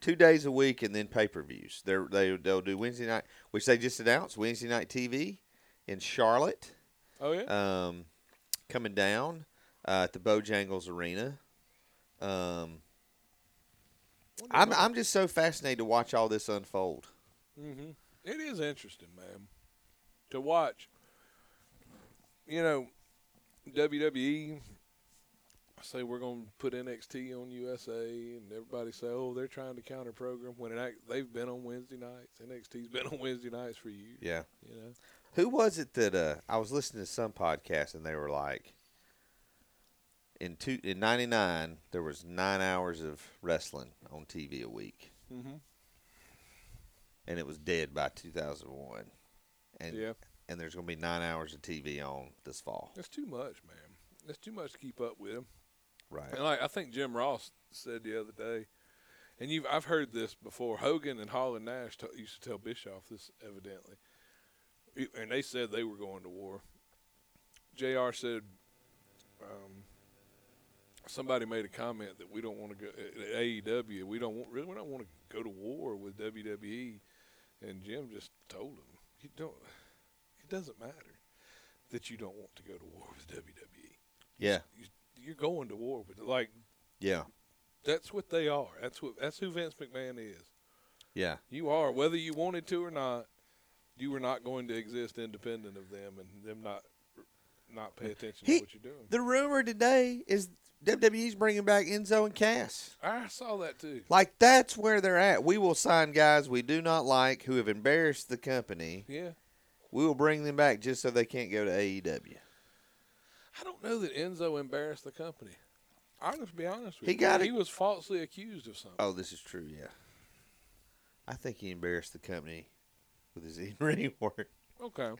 Speaker 2: Two days a week, and then pay per views. They're they they'll do Wednesday night, which they just announced Wednesday night TV in Charlotte,
Speaker 3: oh yeah,
Speaker 2: um, coming down uh, at the Bojangles Arena. Um, I'm I'm just so fascinated to watch all this unfold.
Speaker 3: hmm It is interesting, man, to watch. You know, WWE say we're going to put NXT on USA, and everybody say, "Oh, they're trying to counter program." When it act, they've been on Wednesday nights, NXT's been on Wednesday nights for years.
Speaker 2: Yeah.
Speaker 3: You know,
Speaker 2: Who was it that uh, I was listening to some podcast and they were like, in two in '99 there was nine hours of wrestling on TV a week,
Speaker 3: Mhm.
Speaker 2: and it was dead by 2001, and
Speaker 3: yeah,
Speaker 2: and there's going to be nine hours of TV on this fall.
Speaker 3: it's too much, man. It's too much to keep up with.
Speaker 2: Right.
Speaker 3: And like I think Jim Ross said the other day, and you've I've heard this before. Hogan and Hall and Nash t- used to tell Bischoff this evidently, It- and they said they were going to war. Jr. said, um, somebody made a comment that we don't want to go at at AEW. We don't want, really we don't want to go to war with WWE, and Jim just told him you don't. It doesn't matter that you don't want to go to war with WWE
Speaker 2: Yeah.
Speaker 3: you're going to war with like
Speaker 2: Yeah.
Speaker 3: that's what they are. That's what that's who Vince McMahon is.
Speaker 2: Yeah.
Speaker 3: You are whether you wanted to or not. You were not going to exist independent of them and them not not pay attention
Speaker 2: He-
Speaker 3: to what you're doing.
Speaker 2: The rumor today is WWE's bringing back Enzo and Cass.
Speaker 3: I saw that too.
Speaker 2: Like that's where they're at. We will sign guys we do not like who have embarrassed the company.
Speaker 3: Yeah,
Speaker 2: We will bring them back just so they can't go to E AEW.
Speaker 3: I don't know that Enzo embarrassed the company. I'm going to be honest with
Speaker 2: He
Speaker 3: you.
Speaker 2: got
Speaker 3: he
Speaker 2: it.
Speaker 3: was falsely accused of something.
Speaker 2: Oh, this is true. Yeah, I think he embarrassed the company with his in-ring work.
Speaker 3: Okay,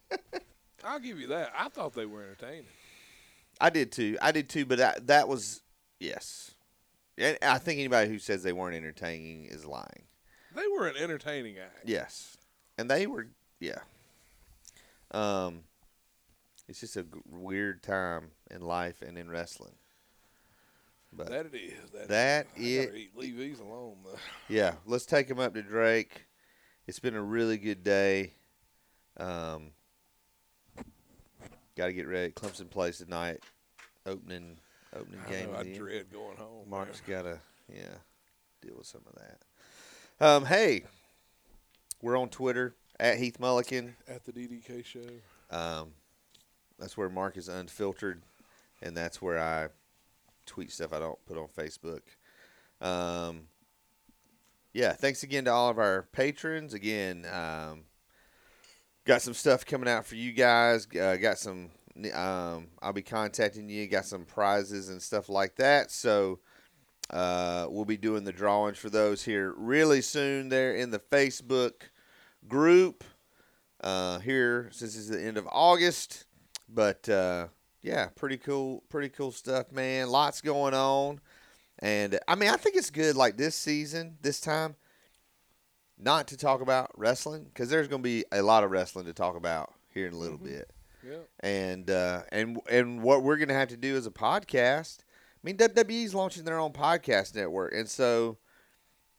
Speaker 3: I'll give you that. I thought they were entertaining.
Speaker 2: I did too. I did too. But I, that was yes. And I think anybody who says they weren't entertaining is lying.
Speaker 3: They were an entertaining act.
Speaker 2: Yes, and they were. Yeah. Um, it's just a g- weird time in life and in wrestling. But
Speaker 3: That it is. That,
Speaker 2: That
Speaker 3: is. I gotta
Speaker 2: it-
Speaker 3: eat- leave these alone. Though.
Speaker 2: Yeah, let's take him up to Drake. It's been a really good day. Um, got to get ready. Clemson plays tonight. Opening opening
Speaker 3: I
Speaker 2: game.
Speaker 3: know,
Speaker 2: of
Speaker 3: I
Speaker 2: the year.
Speaker 3: dread going home. man.
Speaker 2: Mark's got to yeah deal with some of that. Um, hey, we're on Twitter at Heath Mulliken.
Speaker 3: at the DDK show.
Speaker 2: Um, that's where Mark is unfiltered, and that's where I tweet stuff I don't put on Facebook. Um, yeah, thanks again to all of our patrons. Again, um, got some stuff coming out for you guys. Uh, got some. Um, I'll be contacting you. Got some prizes and stuff like that. So. Uh, we'll be doing the drawings for those here really soon. There in the Facebook group uh, here since it's the end of August. But uh, yeah, pretty cool, pretty cool stuff, man. Lots going on, and I mean, I think it's good. Like this season, this time, not to talk about wrestling because there's going to be a lot of wrestling to talk about here in a little bit.
Speaker 3: Yeah.
Speaker 2: and uh, and and what we're gonna have to do as a podcast. I mean, WWE's launching their own podcast network, and so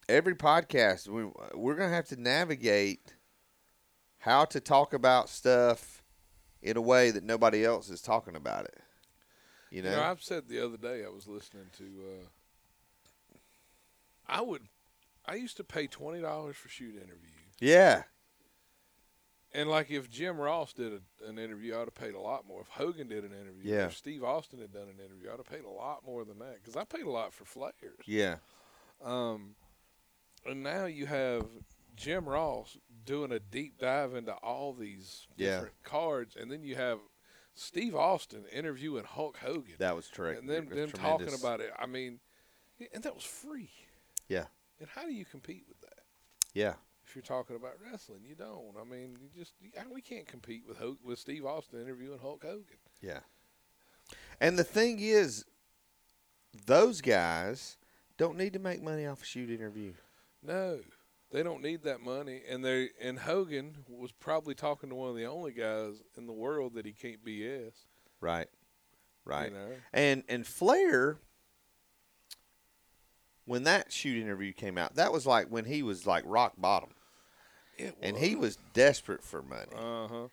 Speaker 2: every podcast we we're gonna have to navigate how to talk about stuff in a way that nobody else is talking about it. You know,
Speaker 3: You know, I've said the other day I was listening to. Uh, I would. I used to pay twenty dollars for shoot interviews,
Speaker 2: yeah,
Speaker 3: and like if Jim Ross did a, an interview, I'd have paid a lot more. If Hogan did an interview,
Speaker 2: Yeah.
Speaker 3: if Steve Austin had done an interview, I'd have paid a lot more than that because I paid a lot for flyers.
Speaker 2: yeah,
Speaker 3: Um, and now you have Jim Ross doing a deep dive into all these
Speaker 2: Yeah.
Speaker 3: different cards, and then you have Steve Austin interviewing Hulk Hogan.
Speaker 2: that was true.
Speaker 3: and then them talking about it. I mean, yeah, and that was free.
Speaker 2: Yeah.
Speaker 3: And how do you compete with that?
Speaker 2: yeah,
Speaker 3: If you're talking about wrestling, you don't. I mean, you just you- we can't compete with Hulk, with Steve Austin interviewing Hulk Hogan.
Speaker 2: Yeah. And the thing is, those guys don't need to make money off a shoot interview.
Speaker 3: No, they don't need that money. And they and Hogan was probably talking to one of the only guys in the world that he can't BS.
Speaker 2: Right. Right.
Speaker 3: You know?
Speaker 2: And and Flair when that shoot interview came out, that was like when he was like rock bottom.
Speaker 3: It
Speaker 2: And he was desperate for money.
Speaker 3: Uh huh.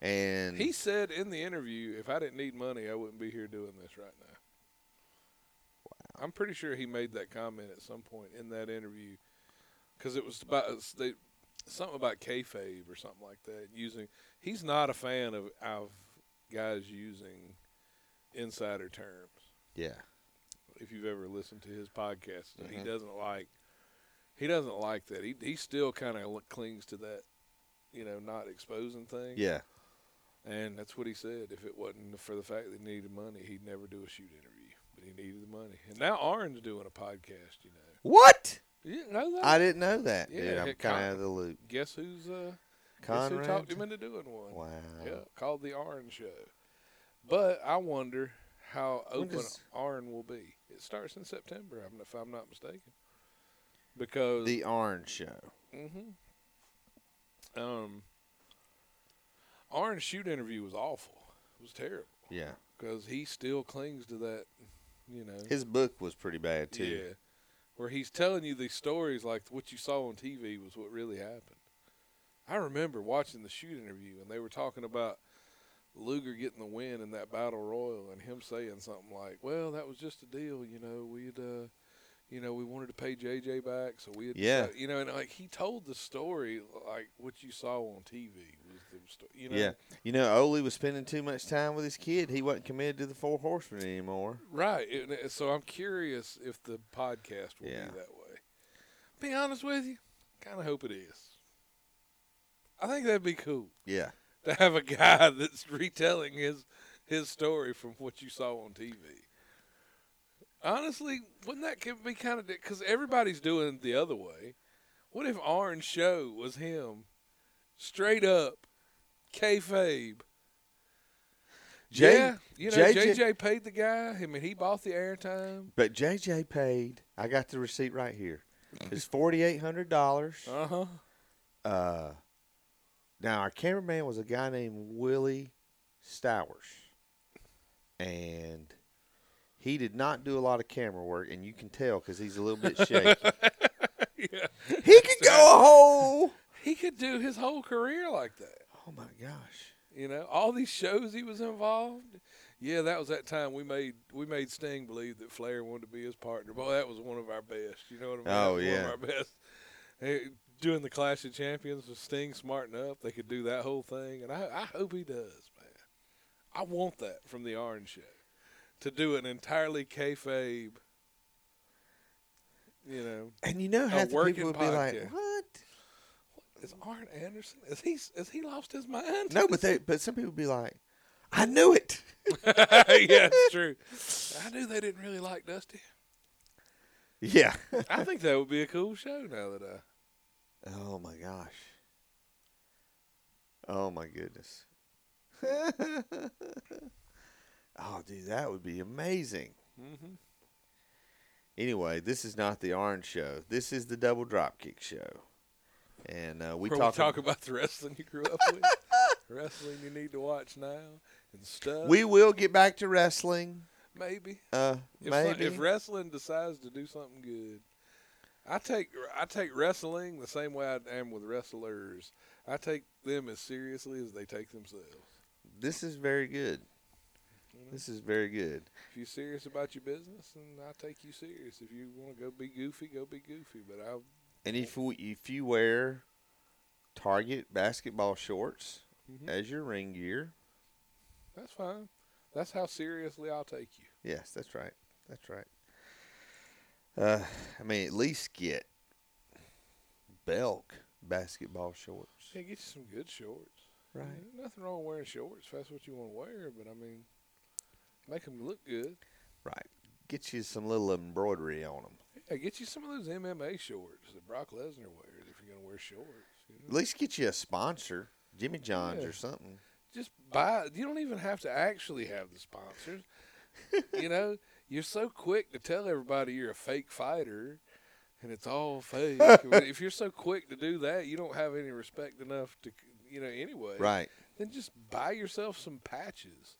Speaker 2: And
Speaker 3: He said in the interview, "If I didn't need money, I wouldn't be here doing this right now." I'm pretty sure he made that comment at some point in that interview because it was about it's- they, something about kayfabe or something like that. Using he's not a fan of of guys using insider terms.
Speaker 2: Yeah.
Speaker 3: If you've ever listened to his podcast, he
Speaker 2: Mhm.
Speaker 3: doesn't like he doesn't like that. He he still kind of clings to that, you know, not exposing thing.
Speaker 2: Yeah.
Speaker 3: And that's what he said. If it wasn't for the fact that he needed money, he'd never do a shoot interview. But he needed the money. And now Arn's doing a podcast, you know.
Speaker 2: What?
Speaker 3: You didn't know that?
Speaker 2: I didn't know that, dude.
Speaker 3: Yeah,
Speaker 2: I'm
Speaker 3: hit
Speaker 2: kind of
Speaker 3: Con-
Speaker 2: out of the loop.
Speaker 3: guess who's uh guess who talked
Speaker 2: Conrad.
Speaker 3: him into doing one?
Speaker 2: Wow.
Speaker 3: Yeah, called the Arn Show. But I wonder how
Speaker 2: When
Speaker 3: open
Speaker 2: does-
Speaker 3: Arn will be. It starts in September, I'm- if I'm not mistaken. Because
Speaker 2: The Orange Show.
Speaker 3: hmm um Arn's shoot interview was awful. It was terrible.
Speaker 2: Yeah.
Speaker 3: because he still clings to that, you know.
Speaker 2: His book was pretty bad too.
Speaker 3: Yeah, where he's telling you these stories like what you saw on TV was what really happened. I remember watching the shoot interview, and they were talking about Luger getting the win in that battle royal, and him saying something like, "Well, that was just a deal, you know. We'd, uh, you know, we wanted to pay JJ back, so we, had
Speaker 2: Yeah.
Speaker 3: you know." And like he told the story like what you saw on TV was the story, you know.
Speaker 2: Yeah. You know, Ole was spending too much time with his kid. He wasn't committed to the Four Horsemen anymore.
Speaker 3: Right. and- and so I'm curious if the podcast will
Speaker 2: Yeah.
Speaker 3: be that way. Be honest with you, kind of hope it is. I think that'd be cool
Speaker 2: Yeah.
Speaker 3: to have a guy that's retelling his his story from what you saw on TV. Honestly, wouldn't that could be kind of because everybody's doing it the other way? What if Arn's show was him, straight up, kayfabe?
Speaker 2: J-
Speaker 3: yeah, you know,
Speaker 2: JJ
Speaker 3: JJ, paid the guy. I mean, he bought the airtime.
Speaker 2: But JJ paid. I got the receipt right here. It's forty eight hundred dollars.
Speaker 3: Uh huh.
Speaker 2: Uh, now our cameraman was a guy named Willie Stowers, and he did not do a lot of camera work, and you can tell because he's a little bit shaky.
Speaker 3: Yeah.
Speaker 2: he could go a whole.
Speaker 3: He could do his whole career like that.
Speaker 2: Oh my gosh.
Speaker 3: You know, all these shows he was involved. Yeah, that was that time we made we made Sting believe that Flair wanted to be his partner. Boy, that was one of our best. You know what I mean?
Speaker 2: Oh,
Speaker 3: That was
Speaker 2: yeah.
Speaker 3: one of our best. Hey, doing the Clash of Champions with Sting smarting up, they could do that whole thing, and I I hope he does, man. I want that from the Orange Show to do an entirely kayfabe. You know,
Speaker 2: And you know how the
Speaker 3: working
Speaker 2: people would be like,
Speaker 3: podcast.
Speaker 2: "What?"
Speaker 3: is Arn Anderson? Is he is he lost his mind?
Speaker 2: No, but they, but some people would be like, "I knew it."
Speaker 3: yeah, it's true. I knew they didn't really like Dusty.
Speaker 2: Yeah.
Speaker 3: I think that would be a cool show now that uh, I.
Speaker 2: Oh my gosh. Oh my goodness. oh, dude, that would be amazing.
Speaker 3: Mm-hmm.
Speaker 2: Anyway, this is not the Orange Show. This is the Double Dropkick Show. And uh, we
Speaker 3: Where
Speaker 2: talk.
Speaker 3: we talk about the wrestling you grew up with, wrestling you need to watch now, and stuff.
Speaker 2: we will get back to wrestling.
Speaker 3: maybe
Speaker 2: Uh,
Speaker 3: if, so-
Speaker 2: maybe.
Speaker 3: if wrestling decides to do something good, I take I take wrestling the same way I am with wrestlers. I take them as seriously as they take themselves.
Speaker 2: this is very good. This is very good.
Speaker 3: If you're serious about your business, then I take you serious. If you want to go be goofy, go be goofy. But I
Speaker 2: And if we, if you wear Target basketball shorts
Speaker 3: Mhm.
Speaker 2: as your ring gear,
Speaker 3: that's fine. That's how seriously I'll take you.
Speaker 2: yes, that's right. That's right. Uh, I mean, at least get Belk basketball shorts.
Speaker 3: Yeah, get you some good shorts.
Speaker 2: Right.
Speaker 3: There's nothing wrong with wearing shorts if that's what you want to wear, but I mean, make them look good.
Speaker 2: Right. Get you some little embroidery on them.
Speaker 3: Yeah, get you some of those MMA shorts that Brock Lesnar wears if you're going to wear shorts. You know?
Speaker 2: At least get you a sponsor, Jimmy John's
Speaker 3: Yeah.
Speaker 2: or something.
Speaker 3: Just buy. You don't even have to actually have the sponsors. you know, you're so quick to tell everybody you're a fake fighter and it's all fake. But if you're so quick to do that, you don't have any respect enough to, you know, anyway.
Speaker 2: Right.
Speaker 3: Then just buy yourself some patches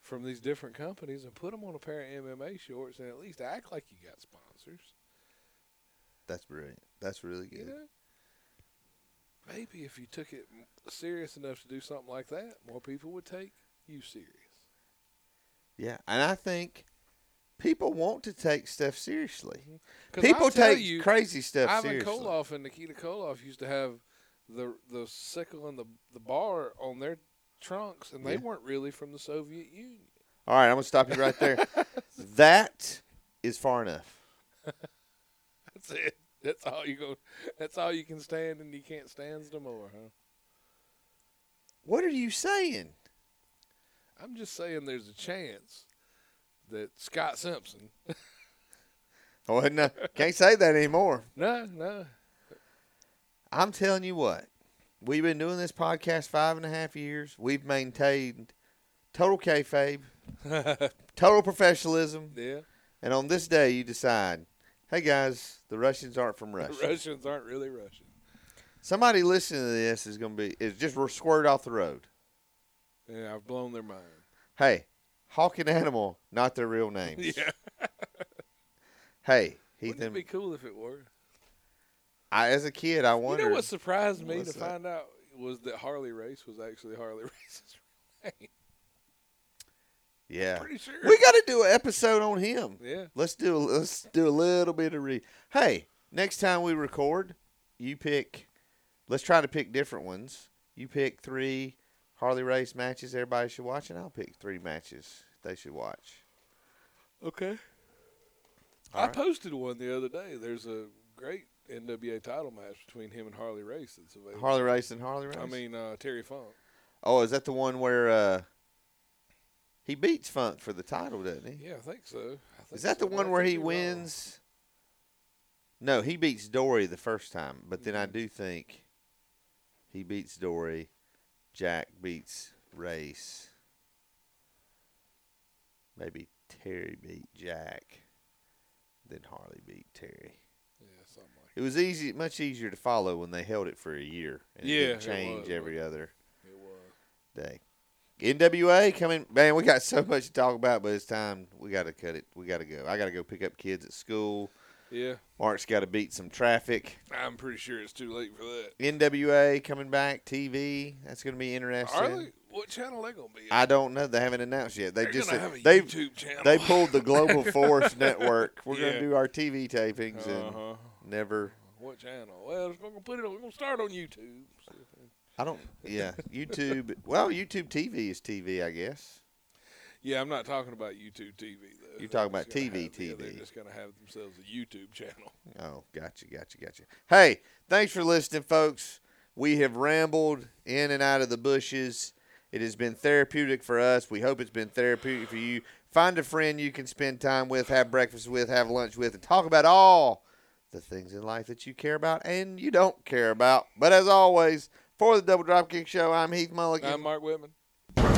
Speaker 3: from these different companies and put them on a pair of MMA shorts and at least act like you got sponsors.
Speaker 2: That's brilliant. That's really
Speaker 3: You
Speaker 2: good.
Speaker 3: know? Maybe if you took it m- serious enough to do something like that, more people would take you serious.
Speaker 2: Yeah. And I think people want to take stuff seriously.
Speaker 3: 'Cause I'll
Speaker 2: People
Speaker 3: tell
Speaker 2: take crazy stuff
Speaker 3: Ivan
Speaker 2: seriously.
Speaker 3: Koloff and Nikita Koloff used to have the the sickle and the the bar on their trunks, and they
Speaker 2: Yeah.
Speaker 3: weren't really from the Soviet Union.
Speaker 2: All right, I'm gonna stop you right there. that is far enough.
Speaker 3: That's it. That's all you go. That's all you can stand, and you can't stand no more, huh?
Speaker 2: What are you saying?
Speaker 3: I'm just saying, there's a chance that Scott Simpson.
Speaker 2: Oh no, can't say that anymore.
Speaker 3: No, no,
Speaker 2: I'm telling you what. We've been doing this podcast five and a half years. We've maintained total kayfabe, total professionalism,
Speaker 3: yeah.
Speaker 2: and on this day you decide, hey guys, the Russians aren't from
Speaker 3: The
Speaker 2: Russia.
Speaker 3: Russians aren't really Russian.
Speaker 2: Somebody listening to this is gonna be is just squared off the road.
Speaker 3: Yeah, I've blown their mind.
Speaker 2: Hey, hawking animal, not their real names.
Speaker 3: Yeah,
Speaker 2: Hey,
Speaker 3: wouldn't it
Speaker 2: Ethan,
Speaker 3: be cool if it were?
Speaker 2: I, as a kid, I wondered.
Speaker 3: You know what surprised me
Speaker 2: What's
Speaker 3: to
Speaker 2: that?
Speaker 3: find out was that Harley Race was actually Harley Race's
Speaker 2: yeah,
Speaker 3: Pretty sure.
Speaker 2: we got to do an episode on him.
Speaker 3: yeah.
Speaker 2: Let's do a- let's do a little bit of re. Hey, next time we record, you pick. Let's try to pick different ones. You pick three Harley race matches everybody should watch, and I'll pick three matches they should watch.
Speaker 3: Okay. I
Speaker 2: Alright.
Speaker 3: posted one the other day. There's a great NWA title match between him and Harley Race that's available.
Speaker 2: Harley race and Harley race.
Speaker 3: I mean uh, Terry Funk.
Speaker 2: oh, is that the one where uh, he beats Funk for the title, doesn't he?
Speaker 3: Yeah, I think so. I think
Speaker 2: Is that the
Speaker 3: so, but I
Speaker 2: one where
Speaker 3: could
Speaker 2: he
Speaker 3: be wrong.
Speaker 2: wins? No, he beats Dory the first time, but then I
Speaker 3: Mm-hmm.
Speaker 2: do think he beats Dory. Jack beats Race. Maybe Terry beat Jack. Then Harley beat Terry.
Speaker 3: Yeah, something like
Speaker 2: It was easy, much easier to follow when they held it for a year and it
Speaker 3: Yeah,
Speaker 2: didn't
Speaker 3: it
Speaker 2: change
Speaker 3: was.
Speaker 2: every other
Speaker 3: that. It was.
Speaker 2: day. NWA coming, man. We got so much to talk about, but it's time we got to cut it. We got to go. I got to go pick up kids at school.
Speaker 3: Yeah,
Speaker 2: Mark's got to beat some traffic.
Speaker 3: I'm pretty sure it's too late for that.
Speaker 2: NWA coming back, TV. That's going to be interesting.
Speaker 3: Harley, what channel they gonna be? on?
Speaker 2: I don't know. They haven't announced yet. They
Speaker 3: They're
Speaker 2: just
Speaker 3: gonna have a
Speaker 2: they
Speaker 3: YouTube channel.
Speaker 2: they pulled the Global Force Network. We're
Speaker 3: Yeah.
Speaker 2: going to do our TV tapings and
Speaker 3: uh-huh.
Speaker 2: never.
Speaker 3: What channel? Well, we're gonna put it. on. We're gonna start on YouTube.
Speaker 2: I don't. Yeah, YouTube. Well, YouTube TV is TV, I guess.
Speaker 3: Yeah, I'm not talking about YouTube TV though.
Speaker 2: You're talking
Speaker 3: They're
Speaker 2: about
Speaker 3: just gonna
Speaker 2: TV,
Speaker 3: have- yeah, they're
Speaker 2: TV.
Speaker 3: just gonna have themselves a YouTube channel.
Speaker 2: Oh, gotcha, gotcha, gotcha. Hey, thanks for listening, folks. We have rambled in and out of the bushes. It has been therapeutic for us. We hope it's been therapeutic for you. Find a friend you can spend time with, have breakfast with, have lunch with, and talk about all the things in life that you care about and you don't care about. But as always, for the Double Dropkick Show, I'm Heath Mulligan.
Speaker 3: I'm Mark Whitman.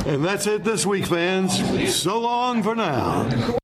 Speaker 4: And that's it this week, fans. So long for now.